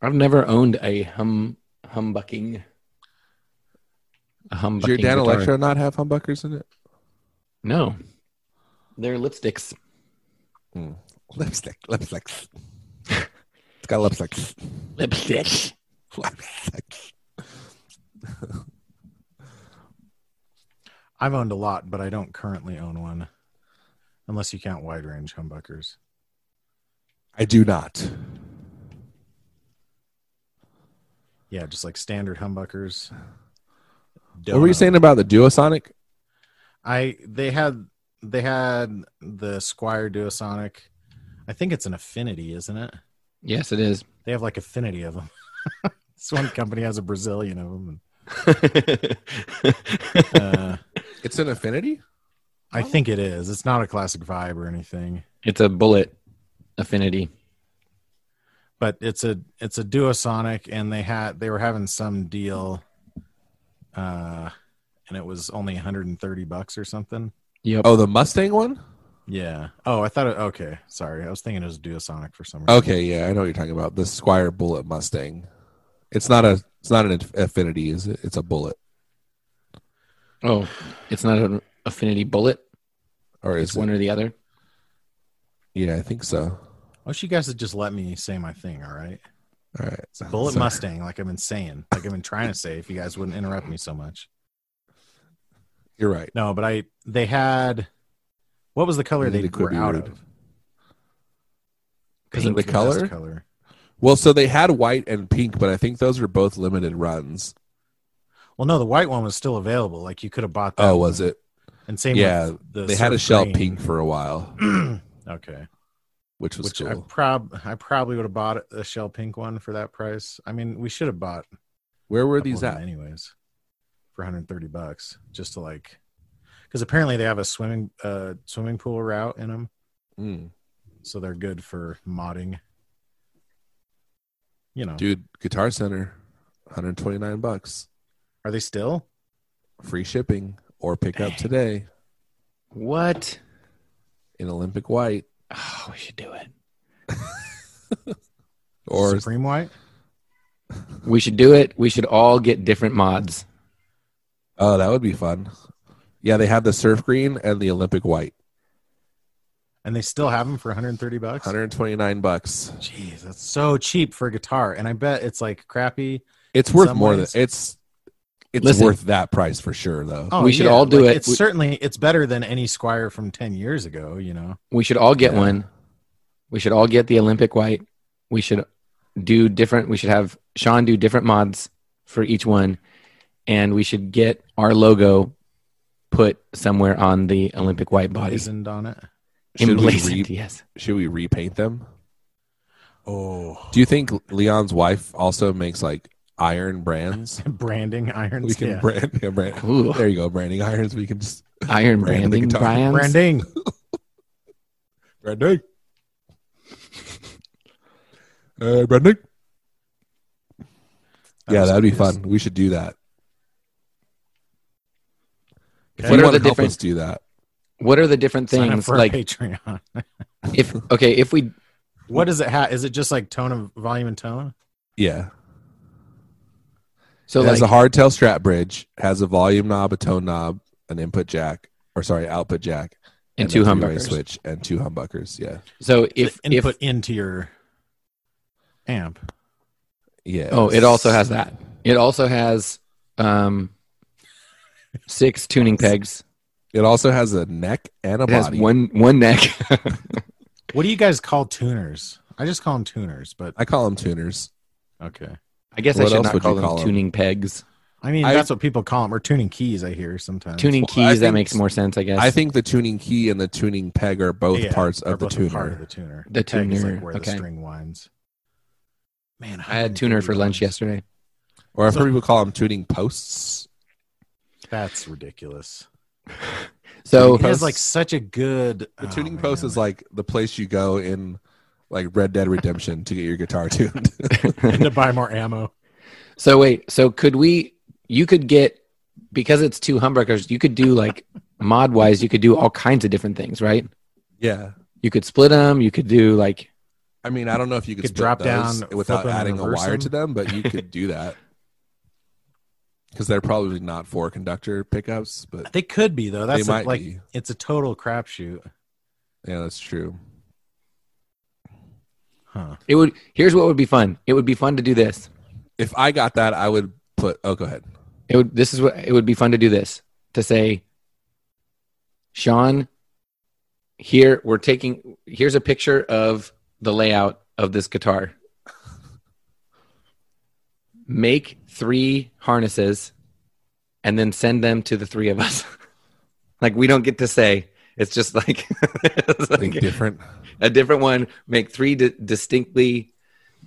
C: I've never owned a hum humbucking. A humbucking.
D: Does your Dan
C: guitar.
D: Electro not have humbuckers in it?
C: No. They're lipsticks.
D: Lipstick, lipsticks. it's got lipsticks.
C: Lipsticks.
D: Lipsticks.
A: I've owned a lot, but I don't currently own one, unless you count wide range humbuckers.
D: I do not.
A: Yeah, just like standard humbuckers.
D: What were you
A: Donut.
D: saying about the Duosonic?
A: I they had they had the Squire Duosonic. I think it's an affinity, isn't it?
C: Yes, it is.
A: They have like affinity of them. this one company has a Brazilian of them. Uh,
D: It's an affinity.
A: I think it is. It's not a classic vibe or anything,
C: it's a bullet affinity.
A: but it's a it's a Duosonic, and they had they were having some deal, uh, and it was only 130 bucks or something.
C: Yep.
D: Oh, the Mustang one.
A: Yeah. Oh, I thought it. Okay, sorry. I was thinking it was Duosonic for some reason.
D: Okay, yeah, I know what you're talking about. The Squire Bullet Mustang. It's not a. It's not an affinity. Is it? It's a bullet.
C: Oh, it's not an affinity bullet.
D: Or is
C: It's one
D: it?
C: or the other.
D: Yeah, I think so.
A: I wish you guys would just let me say my thing. All right.
D: All right.
A: It's a bullet
D: Sorry.
A: Mustang, like I've been saying, like I've been trying to say. If you guys wouldn't interrupt me so much.
D: You're right.
A: No, but I they had. What was the color
D: You
A: they
D: need to quit
A: were
D: being
A: out
D: rude.
A: of?
D: Is it
A: Pink
D: the
A: was
D: color? Well, so they had white and pink, but I think those were both limited runs.
A: Well, no, the white one was still available. Like you could have bought that.
D: Oh, was
A: one.
D: it?
A: And same.
D: Yeah,
A: with the
D: They had a
A: surf
D: shell
A: green.
D: pink for a while,
A: okay.
D: which was
A: Which I
D: cool.
A: prob I probably would have bought a shell pink one for that price. I mean, we should have bought
D: Where were
A: couple
D: these
A: of them
D: at?
A: anyways for 130 bucks just to like because apparently they have a swimming uh swimming pool route in them
D: Mm.
A: so they're good for modding you know
D: Dude, Guitar Center, 129 bucks,
A: are they still
D: free shipping or pick up
C: Dang.
D: today
C: What?
D: in Olympic white
C: Oh, we should do it.
D: or
A: supreme white
C: We should do it. We should all get different mods.
D: Oh, that would be fun. Yeah, they have the surf green and the Olympic white.
A: and they still have them for 130 bucks
D: 129 bucks.
A: jeez that's so cheap for a guitar and i bet it's like crappy
D: It's worth
A: Some
D: more than
A: ways-
D: it's it's
C: Listen.
D: worth that price for sure though.
A: oh
C: We should all do
A: like,
C: it.
A: it's
C: We-
A: certainly it's better than any squire from 10 years ago you know
C: We should all get
D: Yeah.
C: one. We should all get the Olympic white. We should do different. We should have Sean do different mods for each one, and we should get our logo put somewhere on the Olympic white body.
A: blazoned on it
D: Should we,
C: Emblazoned,
D: re-
C: yes.
D: should we repaint them?
A: oh
D: Do you think Leon's wife also makes like iron brands?
A: branding irons
D: We can
A: yeah.
D: brand, yeah, brand.
C: Ooh,
D: There you go, branding irons. We can just
C: iron
D: Brand the
C: branding,
D: guitar.
C: Brian.
A: branding
D: branding. Uh, branding. yeah,
A: was
D: that'd be
A: curious.
D: fun. We should do that. If
A: Okay.
D: you
C: What are
D: want
C: the
D: to help
C: different-
D: us do that,
C: What are the different
A: Sign up
C: things?
A: for our
C: Like,
A: Patreon.
C: if okay, if we
A: What does it have? Is it just like tone of volume and tone?
D: yeah.
C: so
D: it has
C: like,
D: a hardtail strap bridge, has a volume knob, a tone knob, an input jack, or sorry, output jack,
C: and
D: a
C: two
D: three-way
C: humbuckers.
D: switch, and two humbuckers. Yeah,
C: So
A: The
C: if if
A: input into your amp.
D: yeah.
C: Oh, it also has that. It also has um, six tuning pegs.
D: It also has a neck and a
C: It has
D: body.
C: one one neck.
A: What do you guys call tuners? I I just call them tuners, but
D: I call them tuners.
A: okay.
C: I guess I
D: What
C: should
D: else
C: not
D: would
C: call
D: you
C: them
D: call 'em?
C: tuning pegs.
A: I mean,
D: I-
A: that's what people call them, or tuning keys. I hear sometimes
C: Tuning
D: Well, I
C: keys, that
D: think-
C: makes more sense, I guess.
D: I think the tuning key and the tuning peg are both
A: Yeah,
D: parts
A: or
D: of the
A: both
D: tuner.
A: Part of the tuner.
C: The
A: Peg is
C: tuner,
A: like where
C: okay.
A: the string winds. Man,
C: I had tuner for lunch yesterday.
D: Or I've
A: So-
D: heard people call them tuning posts.
A: That's ridiculous.
C: So
A: It
D: Posts.
A: is like such a good.
D: The
A: oh,
D: tuning
A: man,
D: post is like the place you go in like Red Dead Redemption to get your guitar tuned.
A: and to buy more ammo.
C: So wait, so could we? You could get because it's two humbuckers. You could do like mod wise. You could do all kinds of different things, right?
D: yeah.
C: You could split them. You could do like
D: I mean, I don't know if you could,
A: Could
D: split
A: drop
D: those
A: down,
D: without
A: flip 'em,
D: adding a
A: reverse
D: wire
A: 'em.
D: to them, but you could do that. Because they're probably not four conductor pickups, but
A: They could be though. That's
D: They
A: a-
D: might
A: like
D: be.
A: it's a total crapshoot.
D: yeah, that's true.
A: Huh.
C: it would. Here's what would be fun. It would be fun to do this.
D: If I got that, I would put. Oh, go ahead.
C: It would. This is what it would be fun to do. This to say, Sean. Here we're taking. Here's a picture of the layout of this guitar. Make three harnesses, and then send them to the three of us. like we don't get to say. It's just like, it's like
D: Think different.
C: a different one, make three di- distinctly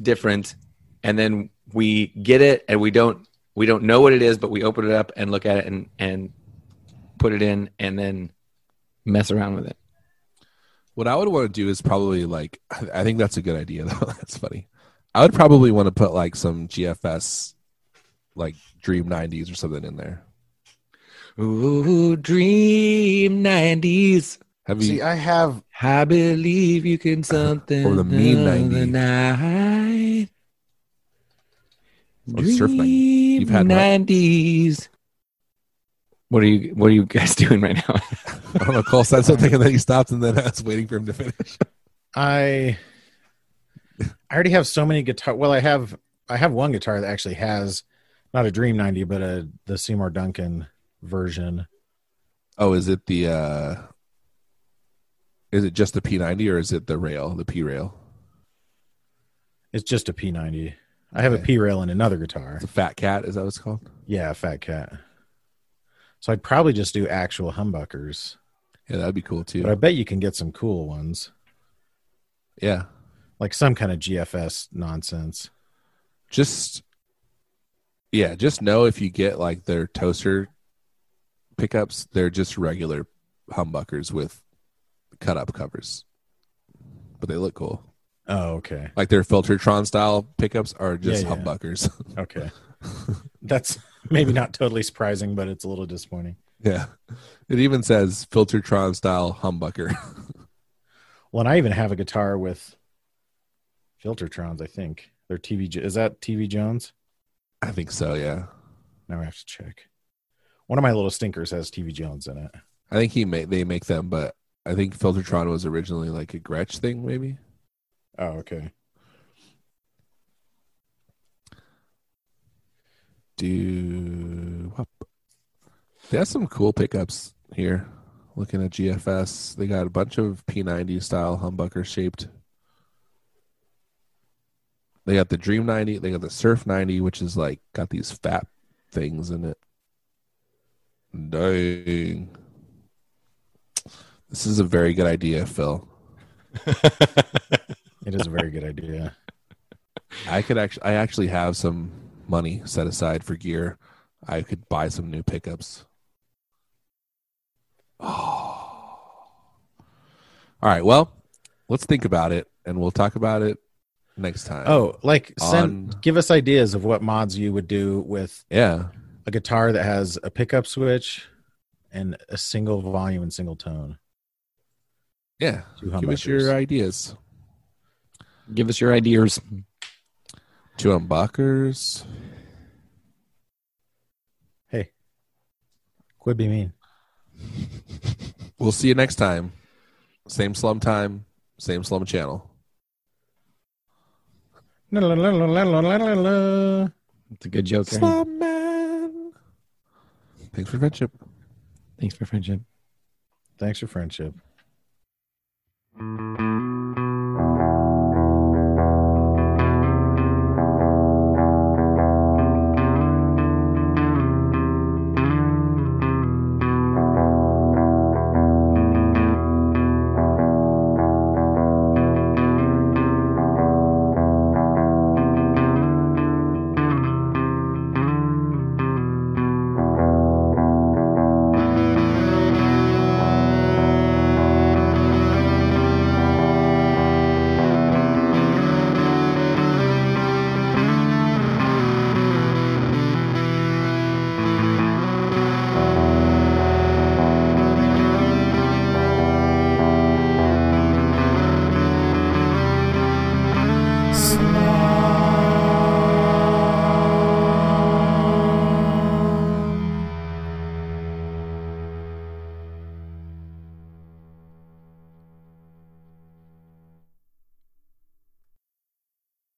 C: different, and then we get it and we don't we don't know what it is, but we open it up and look at it and and put it in and then mess around with it.
D: What I would want to do is probably like I I think that's a good idea though. that's funny. I would probably want to put like some GFS like Dream 90s or something in there.
C: Ooh, dream nineties.
D: Have you
A: See, I have
C: I believe you can something
D: Or the mean
C: of
D: 90s.
C: night.
D: Or surf 90s.
C: Dream
D: You've had what?
C: 90s. What are you what are you guys doing right now?
D: I don't know, Cole said something and then he stopped and then I was waiting for him to finish.
A: I I already have so many guitar. Well, I have I have one guitar that actually has not a Dream 90, but a the Seymour Duncan version.
D: Oh, is it the uh is it just the P90 or is it the rail, the P rail?
A: It's just a P90. I have a
D: Okay.
A: P rail and another guitar.
D: It's a fat cat, is that what it's called?
A: Yeah, Fat Cat. So I'd probably just do actual humbuckers,
D: Yeah, that'd be cool
A: but I
D: too.
A: bet you can get some cool ones,
D: Yeah.
A: like some kind of GFS nonsense.
D: Just yeah, just know if you get like their toaster pickups, they're just regular humbuckers with cut up covers. But they look cool.
A: Oh, okay,
D: Like their filtertron style pickups are just
A: Yeah, yeah.
D: humbuckers.
A: okay. That's maybe not totally surprising, but it's a little disappointing.
D: yeah. It even says filtertron style humbucker.
A: Well, and I even have a guitar with Filtertrons, I think. They're TV. Jo- Is that TV Jones?
D: I think so, yeah.
A: Now I have to check. One of my little stinkers has TV Jones in it.
D: I think he made they make them, but I think Filtertron was originally like a Gretsch thing, maybe.
A: Oh, okay.
D: Do whoop. they have some cool pickups here? Looking at GFS, they got a bunch of P90 style humbucker shaped. They got the Dream 90, they got the Surf 90, which is like got these fat things in it. Dang. This is a very good idea, Phil.
A: It is a very good idea.
D: I could actually, I actually have some money set aside for gear. I could buy some new pickups. Oh. All right. Well, let's think about it, and we'll talk about it next time.
A: Oh, like send
D: On-
A: give us ideas of what mods you would do with
D: yeah,
A: a guitar that has a pickup switch and a single volume and single tone.
D: yeah.
A: Two
D: Give us
A: humbuckers.
D: your ideas.
C: Give us your ideas.
D: Two humbuckers.
A: Hey, quit be mean.
D: We'll see you next time. Same slum time, same slum channel.
C: It's a good joke. Aaron.
D: Slum man. Thanks for friendship.
C: Thanks for friendship.
A: Thanks for friendship.
E: Thank you.